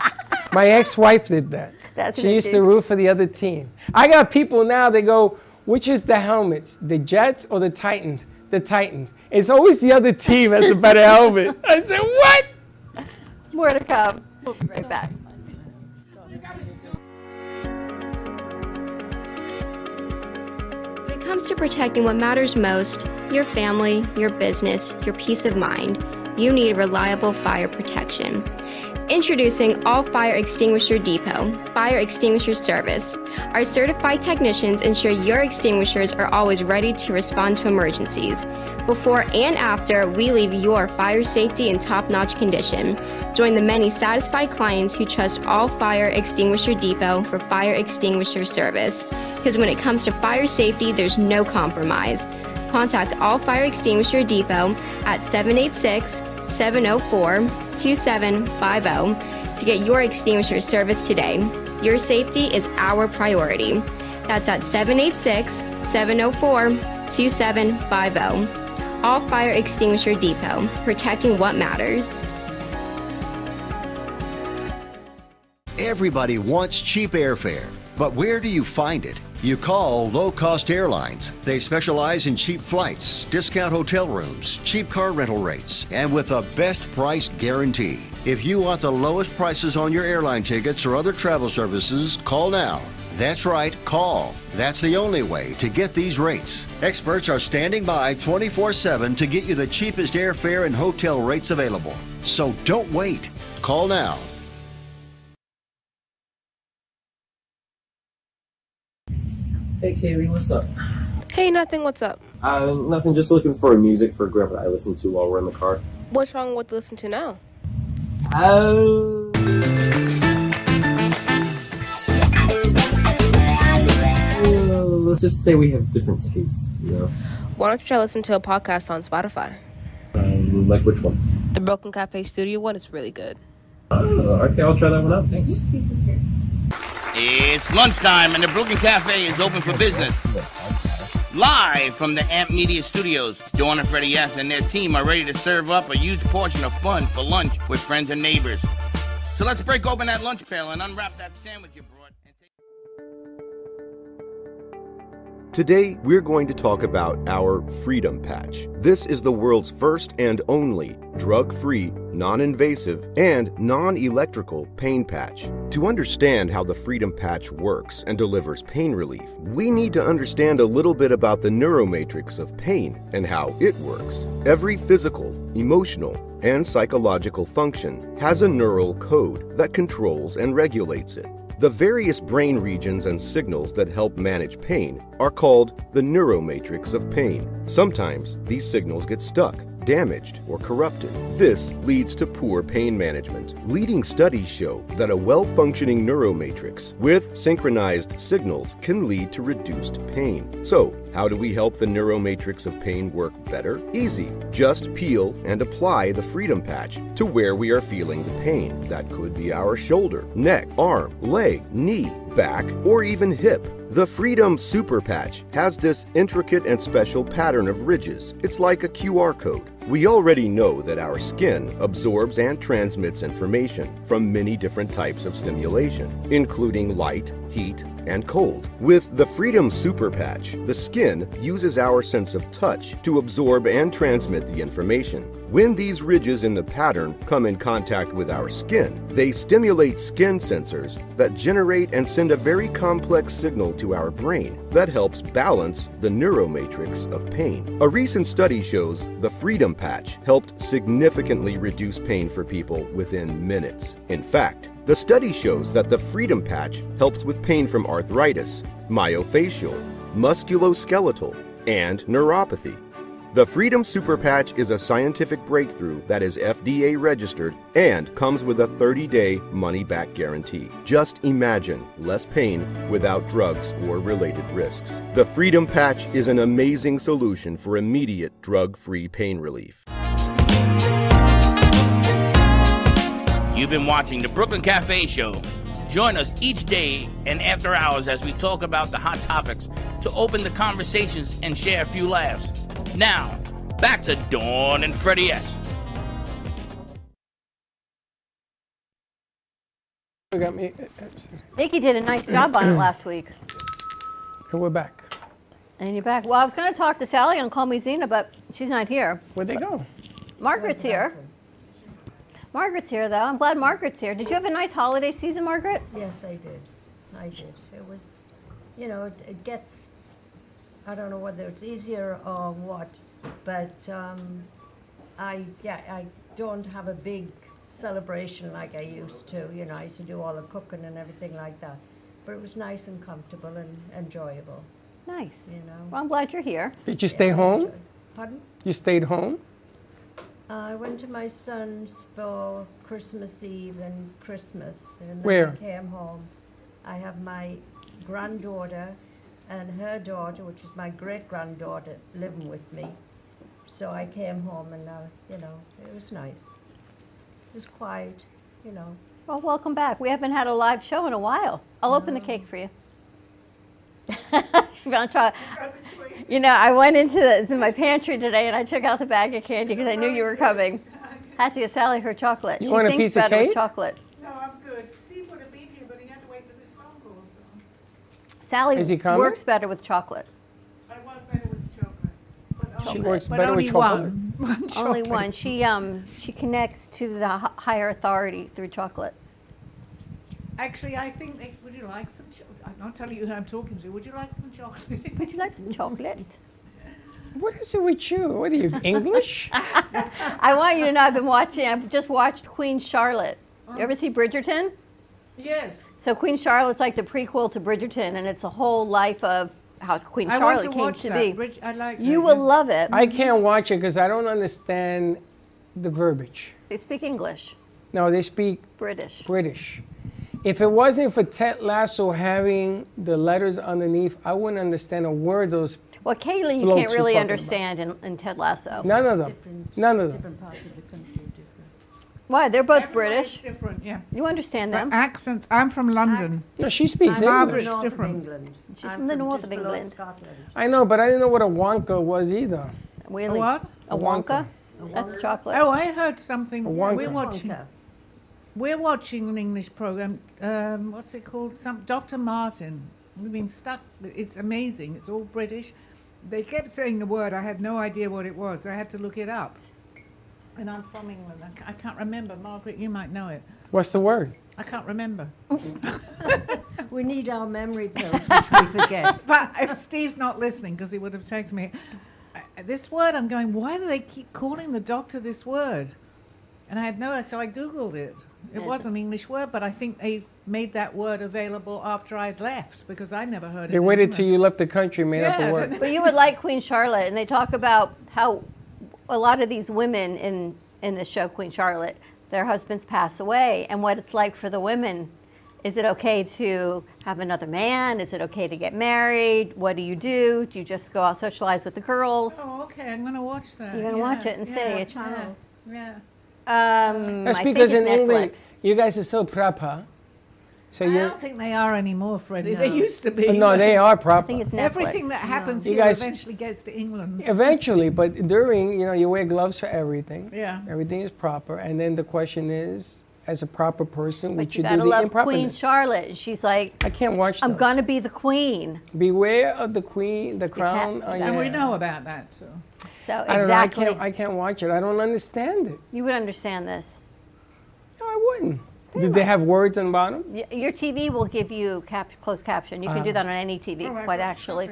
No. My ex-wife did that. That's what she they used do. to root for the other team. I got people now. They go, which is the helmets, the Jets or the Titans? The Titans. It's always the other team has the better helmet. I said, what? More to come. We'll be right back. When it comes to protecting what matters most your family, your business, your peace of mind you need reliable fire protection. Introducing All Fire Extinguisher Depot Fire Extinguisher Service. Our certified technicians ensure your extinguishers are always ready to respond to emergencies. Before and after, we leave your fire safety in top notch condition. Join the many satisfied clients who trust All Fire Extinguisher Depot for fire extinguisher service. Because when it comes to fire safety, there's no compromise. Contact All Fire Extinguisher Depot at 786 704 2750 to get your extinguisher service today. Your safety is our priority. That's at 786 704 2750. oh. All Fire Extinguisher Depot, protecting what matters. Everybody wants cheap airfare, but where do you find it? You call Low Cost Airlines. They specialize in cheap flights, discount hotel rooms, cheap car rental rates, and with a best price guarantee. If you want the lowest prices on your airline tickets or other travel services, call now. That's right, call. That's the only way to get these rates. Experts are standing by 24 7 to get you the cheapest airfare and hotel rates available. So don't wait. Call now. Hey Kaylee, what's up? Hey, nothing. What's up? Uh, nothing, just looking for music for whoever I listen to while we're in the car. What's wrong with listen to now? Oh. let's just say we have different tastes, you know? Why don't you try listen to a podcast on Spotify? Um, like which one? The Broken Cafe Studio one is really good. Uh, okay, I'll try that one out. Thanks. It's lunchtime and the Brooklyn Cafe is open for business. Live from the Amp Media Studios, Dawn and Freddie S. and their team are ready to serve up a huge portion of fun for lunch with friends and neighbors. So let's break open that lunch pail and unwrap that sandwich you brought. Today, we're going to talk about our Freedom Patch. This is the world's first and only drug free, non invasive, and non electrical pain patch. To understand how the Freedom Patch works and delivers pain relief, we need to understand a little bit about the neuromatrix of pain and how it works. Every physical, emotional, and psychological function has a neural code that controls and regulates it. The various brain regions and signals that help manage pain are called the neuromatrix of pain. Sometimes these signals get stuck, damaged, or corrupted. This leads to poor pain management. Leading studies show that a well functioning neuromatrix with synchronized signals can lead to reduced pain. So, how do we help the neuromatrix of pain work better? Easy. Just peel and apply the freedom patch to where we are feeling the pain. That could be our shoulder, neck, arm, leg, knee, back, or even hip. The Freedom Super Patch has this intricate and special pattern of ridges. It's like a QR code. We already know that our skin absorbs and transmits information from many different types of stimulation, including light, heat, and cold. With the Freedom Super Patch, the skin uses our sense of touch to absorb and transmit the information. When these ridges in the pattern come in contact with our skin, they stimulate skin sensors that generate and send a very complex signal to our brain that helps balance the neuromatrix of pain. A recent study shows the Freedom Patch helped significantly reduce pain for people within minutes. In fact, the study shows that the Freedom Patch helps with pain from arthritis, myofascial, musculoskeletal, and neuropathy. The Freedom Super Patch is a scientific breakthrough that is FDA registered and comes with a 30 day money back guarantee. Just imagine less pain without drugs or related risks. The Freedom Patch is an amazing solution for immediate drug free pain relief. You've been watching the Brooklyn Cafe Show. Join us each day and after hours as we talk about the hot topics to open the conversations and share a few laughs. Now, back to Dawn and Freddie S. We got me. oops. Nikki did a nice job on it last week. And we're back. And you're back. Well, I was going to talk to Sally on Call Me Zena, but she's not here. Where'd they go? Margaret's here. Margaret's here, though. I'm glad Margaret's here. Did you have a nice holiday season, Margaret? Yes, I did. I did. It was, you know, it, it gets, I don't know whether it's easier or what, but um, I, yeah, I don't have a big celebration like I used to. You know, I used to do all the cooking and everything like that. But it was nice and comfortable and enjoyable. Nice. You know. Well, I'm glad you're here. Did you stay home? Pardon? You stayed home? Uh, I went to my son's for Christmas Eve and Christmas, and then Where? I came home. I have my granddaughter and her daughter, which is my great granddaughter, living with me. So I came home, and uh, you know, it was nice. It was quiet, you know. Well, welcome back. We haven't had a live show in a while. I'll open the cake for you. She's gonna try. You know, I went into, the, into my pantry today and I took out the bag of candy because I knew you were coming. Had to get Sally her chocolate. You she want a thinks piece of better cake? with chocolate. No, I'm good. Steve would have been here, but he had to wait for his phone call, so Sally Is he coming? works better with chocolate. I want better with chocolate. She Chocolate. works But better only with chocolate. one. Only chocolate. one. She um she connects to the h- higher authority through chocolate. Actually, I think, Nick, would you like some chocolate? I'm not telling you who I'm talking to. Would you like some chocolate? Would you like some chocolate? What is it with you? What are you, English? I want you to know I've been watching. I've just watched Queen Charlotte. You ever see Bridgerton? Yes. So Queen Charlotte's like the prequel to Bridgerton, and it's a whole life of how Queen I want Charlotte to came watch to that. be. Bridg- I like you that, will yeah. love it. I can't watch it because I don't understand the verbiage. They speak English, No, they speak British. British. If it wasn't for Ted Lasso having the letters underneath, I wouldn't understand a word those. Well, Kaylee, you blokes can't were really talking about. understand in, in Ted Lasso. None of them. None of them. Different parts of the country, different. Why? They're both British. different, yeah. You understand But them. accents. I'm from London. No, she speaks And English. Margaret's different. She's from the north of England. I know, but I didn't know what a Wonka was either. Really? what? A Wonka? That's chocolate. Oh, I heard something. A Wonka. We're watching. We're watching an English program. Um, what's it called? Some Dr. Martin. We've been stuck. It's amazing. It's all British. They kept saying a word. I had no idea what it was. I had to look it up. And I'm from England. I, ca- I can't remember. Margaret, you might know it. What's the word? I can't remember. we need our memory pills, which we forget. but if Steve's not listening, because he would have texted me, I- this word, I'm going, why do they keep calling the doctor this word? And I had no, so I Googled it. It Yeah. was an English word, but I think they made that word available after I'd left because I never heard it. They in waited England. till you left the country, and made up the word. But you would like Queen Charlotte, and they talk about how a lot of these women in in the show Queen Charlotte, their husbands pass away, and what it's like for the women. Is it okay to have another man? Is it okay to get married? What do you do? Do you just go out socialize with the girls? Oh, okay. I'm going to watch that. You're gonna watch it and see. It's- uh, yeah, yeah. Um, That's I think because it's in England, Netflix. you guys are so proper. So I you. don't think they are anymore, Freddie. They used to be. No, they are proper. Everything that happens You here guys- eventually gets to England. Eventually, but during, you know, you wear gloves for everything. Yeah. Everything is proper, and then the question is, as a proper person, would But you you, gotta do the love Queen improperness? Charlotte. and She's like, I can't watch. I'm those. gonna be the queen. Beware of the queen, the crown on your and we head. know about that, so. So I don't know. I Oh, exactly, can't. I can't watch it. I don't understand it. you would understand this. No, I wouldn't. Hmm. Did they have words on the bottom? Y- Your TV will give you cap- closed caption. You can do Uh-huh. that on any TV, Oh, I've quite got actually.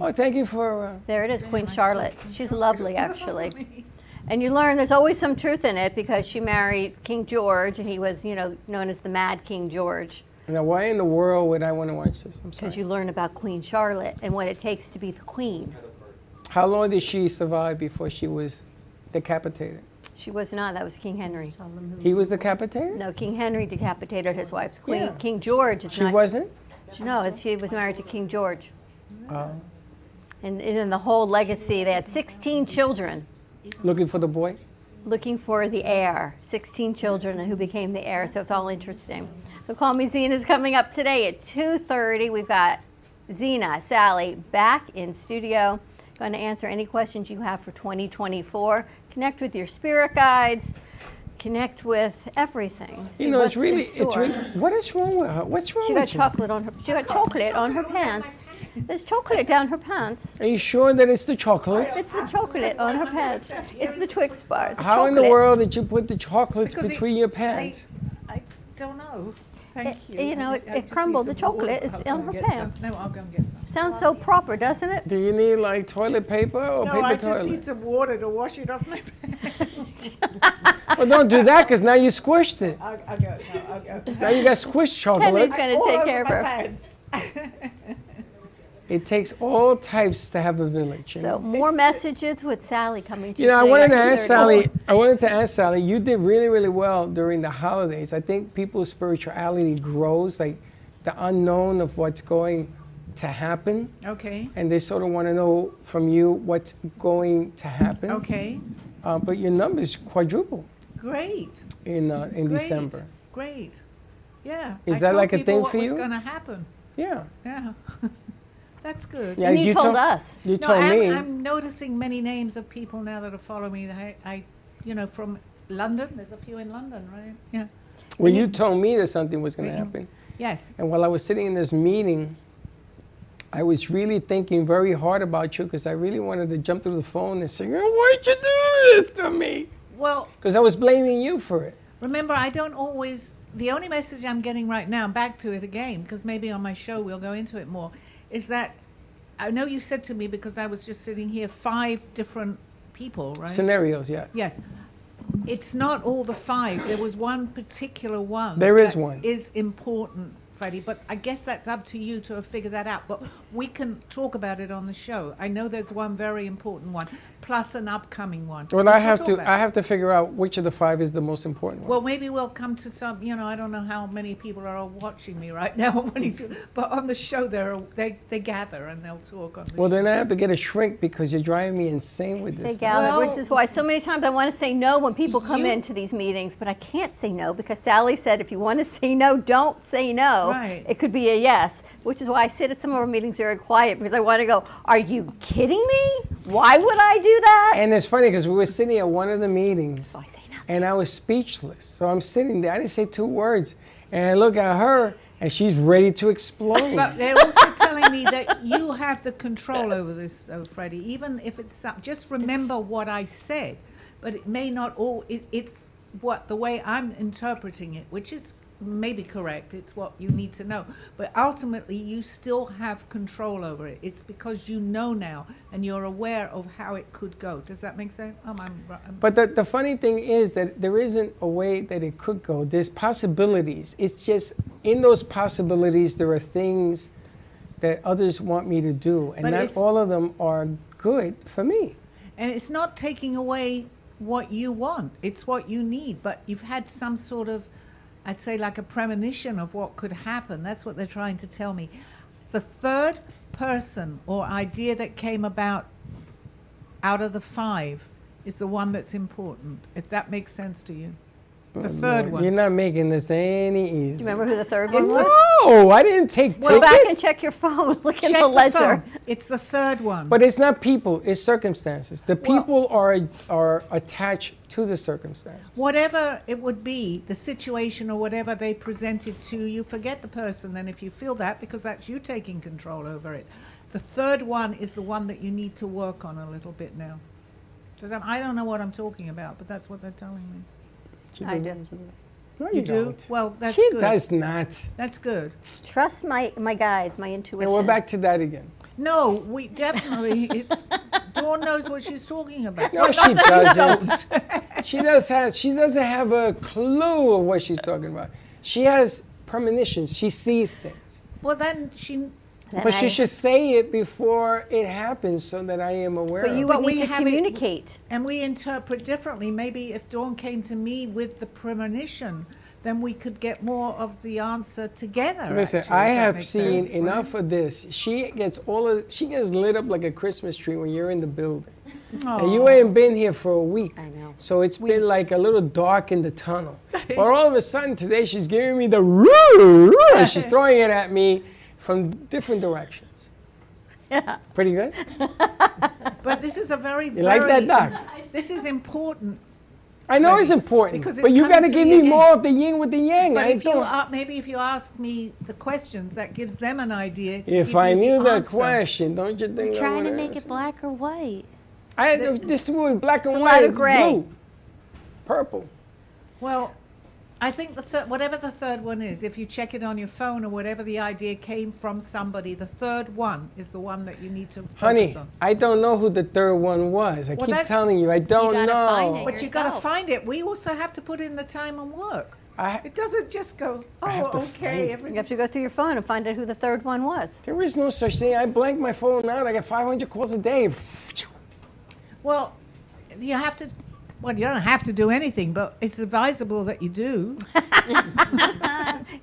Oh, thank you for. Uh, There it is, Queen Charlotte. She's lovely, actually. And you learn there's always some truth in it because she married King George, and he was, you know, known as the Mad King George. now, why in the world would I want to watch this? I'm sorry. Because you learn about Queen Charlotte and what it takes to be the queen. How long did she survive before she was decapitated? She was not. That was King Henry. He was decapitated. No, King Henry decapitated his wife's queen. Yeah. King George is She not. wasn't. No, she was married to King George. Oh. And, and then the whole legacy, they had 16 children looking for the boy. looking for the heir, 16 children and who became the heir. So it's all interesting. The Call Me Zine is coming up today at 2.30. We've got Zena, Sally back in studio. Going to answer any questions you have for 2024. Connect with your spirit guides. Connect with everything. See You know, what's it's in really, it's store. really. What is wrong with her? What's wrong She with got you? chocolate on her. She got chocolate on her pants. There's chocolate down her pants. Are you sure that it's the chocolate? It's the chocolate on her pants. It's the Twix bar. the How in the chocolate. world did you put the chocolates Because it- between your pants? Don't know. It- Thank you. you know, I- it- I it just need crumbled. some The chocolate water. is I'll go on and her get some. pants. No, I'll go and get some. Sounds so proper, doesn't it? Do you need like toilet paper or No, Oh, paper I just toilet? need some water to wash it off my pants. well, don't do that because now you squished it. I'll, I'll go. No, I'll go. Now you got squished chocolate. Kelly's gonna take care of her. It takes all types to have a village. You So know? more messages with Sally coming. to You know, I today wanted at to ask 2:30. Sally. I wanted to ask Sally. You did really, really well during the holidays. I think people's spirituality grows, like the unknown of what's going to happen, Okay. and they sort of want to know from you what's going to happen. Okay. Uh, but your numbers quadruple Great. in uh, in Great. December. Great. Yeah. Is that I told like a people thing what for was you? going to happen. Yeah. Yeah. That's good. Yeah, And you you told told- us. you no, told I'm, me. I'm noticing many names of people now that are following me. that I, I, you know, from London. There's a few in London, right? Yeah. Well, you told me that something was going to happen. Yes. And while I was sitting in this meeting, I was really thinking very hard about you because I really wanted to jump through the phone and say, "Oh, why'd you do this to me? Well, Because I was blaming you for it. Remember, I don't always. The only message I'm getting right now, back to it again, because maybe on my show we'll go into it more, is that I know you said to me because I was just sitting here five different people, right? Scenarios, yeah. Yes. It's not all the five. There was one particular one. There is that one. Is important Freddie, but I guess that's up to you to figure that out. But we can talk about it on the show. I know there's one very important one, plus an upcoming one. Well, We I can have talk to about I it. have to figure out which of the five is the most important one. Well, maybe we'll come to some. You know, I don't know how many people are watching me right now, on Money Tube, but on the show there are- they they gather and they'll talk on the. Well, then I have to get a shrink because you're driving me insane with this. They thing. gather, which is why so many times I want to say no when people come You- into these meetings, but I can't say no because Sally said if you want to say no, don't say no. Right. It could be a yes, which is why I sit at some of our meetings very quiet because I want to go, are you kidding me? Why would I do that? And it's funny because we were sitting at one of the meetings, and I was speechless. So I'm sitting there. I didn't say two words, and I look at her, and she's ready to explode. But they're also telling me that you have the control over this, though, Freddie. Even if it's some, just remember what I said. But it may not all. It, it's what the way I'm interpreting it, which is maybe correct. It's what you need to know. But ultimately, you still have control over it. It's because you know now and you're aware of how it could go. Does that make sense? Um, I'm, I'm, But the, the funny thing is that there isn't a way that it could go. There's possibilities. It's just in those possibilities, there are things that others want me to do, and But not it's- all of them are good for me. And it's not taking away what you want, it's what you need. But you've had some sort of, I'd say, like a premonition of what could happen. That's what they're trying to tell me. The third person or idea that came about out of the five is the one that's important, if that makes sense to you. Uh, The third one. You're not making this any easier. Do you remember who the third one It's was? No, I didn't take Go back and tickets. check your phone. Look in Check the the ledger. phone. It's the third one. But it's not people, it's circumstances. The people are are attached to the circumstances. whatever it would be, the situation or whatever they presented to you, forget the person then if you feel that, because that's you taking control over it. The third one is the one that you need to work on a little bit now. Does that, I don't know what I'm talking about, but that's what they're telling me. She I doesn't. do. No, you you do? don't. Well, that's She good. does not. That's good. Trust my, my guides, my intuition. And we're back to that again. No, we definitely, it's, Dawn knows what she's talking about. No, she Not that you doesn't. she does have she doesn't have a clue of what she's talking about. She has premonitions. She sees things. Well, then she. but she should say it before it happens so that I am aware of it. haven't- and we interpret differently. Maybe if Dawn came to me with the premonition, then we could get more of the answer together. Listen, actually, I if that have makes seen sense, right? enough of this. She gets all of she gets lit up like a Christmas tree when you're in the building. And you Aw. ain't been here for a week. I know. So it's been like a little dark in the tunnel. but all of a sudden today she's giving me the roo, roo and she's throwing it at me from different directions. Yeah. Pretty good? But this is a very, You like that, very- Doc? This is important. I know it's important. Because it's but you coming gotta to give me me again. more of the yin with the yang. But I if you don't- a- maybe if you ask me the questions, that gives them an idea. to if give I you knew the that answer. question, don't you think We're I trying to would've make answered? it black or white. I this was black and It's a white. lot of it's gray. blue, purple. Well, I think the third, whatever the third one is, if you check it on your phone or whatever the idea came from somebody, the third one is the one that you need to Honey, focus on. I don't know who the third one was. I Well, keep that's- telling you, I don't know. but you got to find it. We also have to put in the time and work. I, it doesn't just go. Oh, okay. You have to go through your phone and find out who the third one was. There is no such thing. I blank my phone out. I get 500 calls a day. Well, you have to. Well, you don't have to do anything, but it's advisable that you do.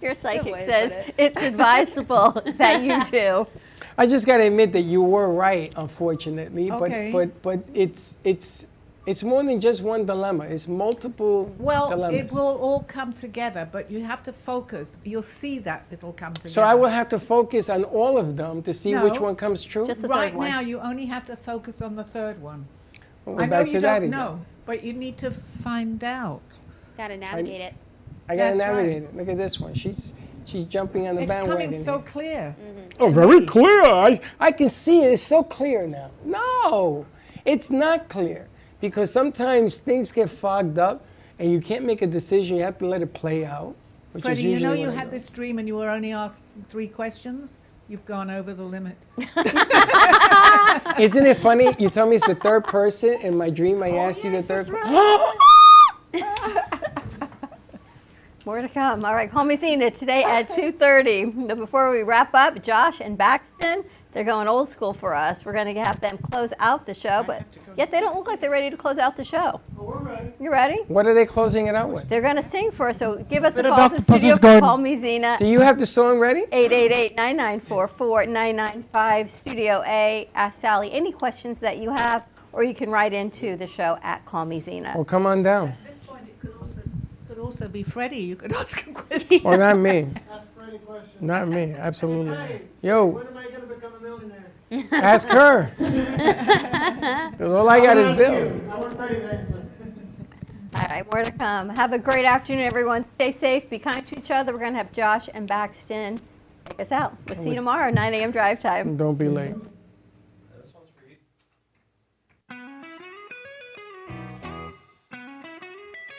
Your way psychic to says put it. it's advisable that you do. I just got to admit that you were right, unfortunately. Okay. But but but it's it's it's more than just one dilemma. It's multiple Well, dilemmas. it will all come together, but you have to focus. You'll see that it'll come together. so I will have to focus on all of them to see which No. one comes true. right now, you only have to focus on the third one. Well, I we're know back you to don't that again. know, but you need to find out. Got to navigate it. I gotta That's right. navigate it. Look at this one. She's she's jumping on the It's bandwagon. coming so clear. Oh, very clear. I, I can see it. It's so clear now. No, it's not clear because sometimes things get fogged up and you can't make a decision. You have to let it play out, which Freddie, is you know usually you what I had do. this dream and you were only asked three questions. You've gone over the limit. Isn't it funny? You tell me it's the third person Oh, in my dream. I asked you the third. That's right. More to come. All right, call me Zena today at 2:30. But before we wrap up, Josh and Baxton, they're going old school for us. We're going to have them close out the show, but yet they don't look like they're ready to close out the show. Oh, we're ready. You ready? What are they closing it out with? They're going to sing for us. So give us a Bit of call to the Dr. Puzzle's studio. For Garden. call me Zena. Do you have the song ready? 888-994-4995 Studio A. Ask Sally any questions that you have, or you can write into the show at Call Me Zena. Well, come on down. Could also be Freddie. You could ask him questions. Or not me. Ask Freddie questions. Not me. Absolutely. not. Yo, am I going to become a millionaire? ask her. Because all I got is bills. I want Freddie's answer. All right, more to come. Have a great afternoon, everyone. Stay safe. Be kind to each other. We're going to have Josh and Baxton take us out. We'll see you tomorrow, 9 a.m. drive time. Don't be late.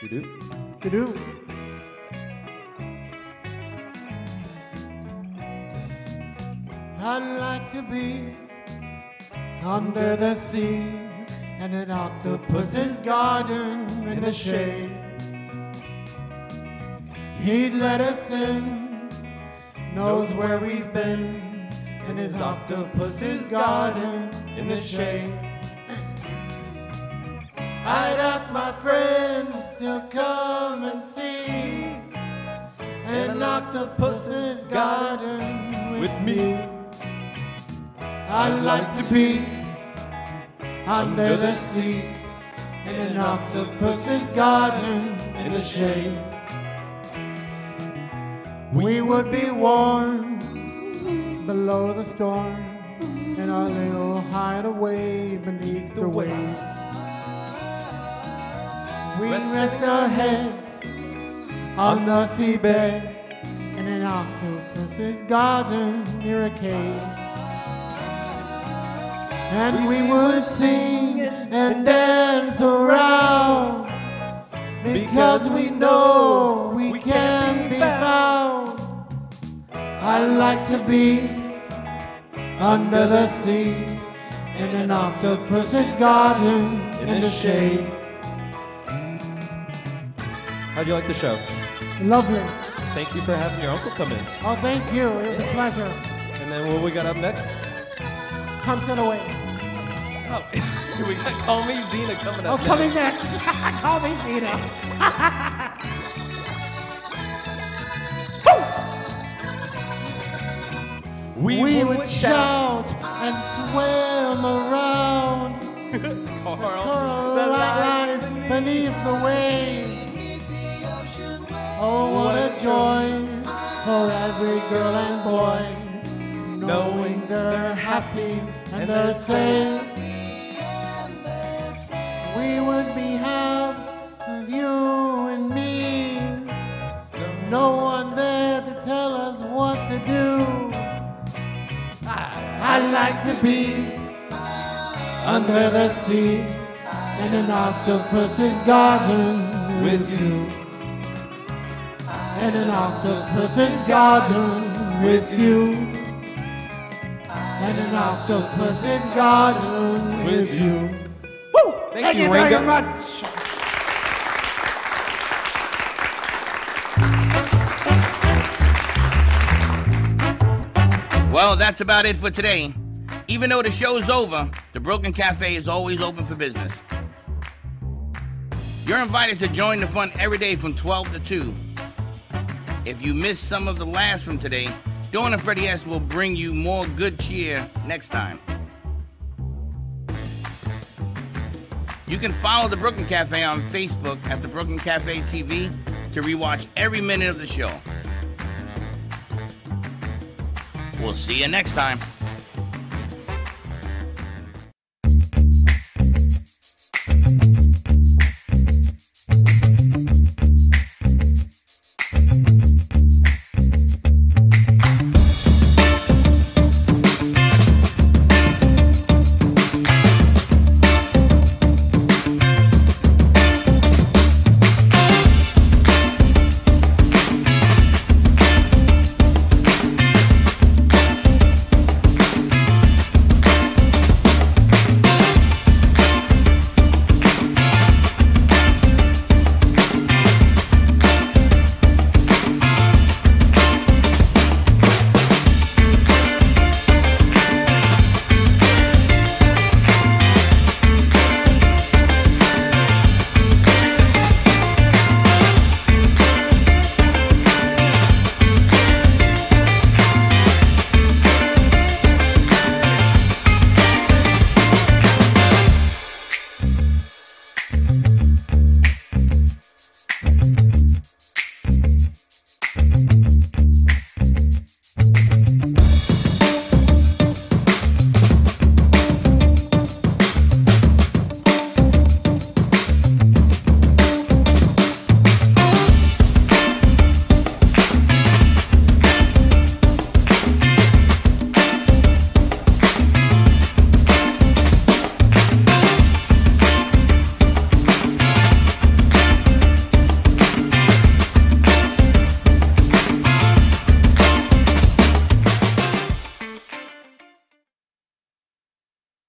Doo-doo. I'd like to be under the sea in an octopus's garden in the shade. He'd let us in, knows where we've been in his octopus's garden in the shade. I'd ask my friends to come and see an octopus's garden with me. I'd like to be under the sea in an octopus's garden in the shade. We would be warm below the storm in our little hideaway beneath the waves. We rest our heads on the seabed in an octopus's garden near a cave. And we would sing and dance around because we know we can be found. I like to be under the sea in an octopus's garden in the shade. How'd you like the show? Lovely. Thank you for having your uncle come in. Oh, thank you. It was a pleasure. And then what we got up next? Come set away. Oh, we got Call Me Xena coming Oh, up. coming next. Call me Peter. We, would, shout. and swim around. Coral lies beneath the waves. Oh, what a joy for every girl and boy, knowing they're happy and they're safe. We would be halves of you and me. No one there to tell us what to do. I like to be under the sea in an octopus's garden with you. In an octopus's garden with you. In an octopus's garden with you. Woo! Thank you, Ringo. very much. Well, that's about it for today. Even though the show's over, the Broken Cafe is always open for business. You're invited to join the fun every day from 12 to 2. If you missed some of the last from today, Dawn and Freddie S will bring you more good cheer next time. You can follow the Brooklyn Cafe on Facebook at the Brooklyn Cafe TV to rewatch every minute of the show. We'll see you next time.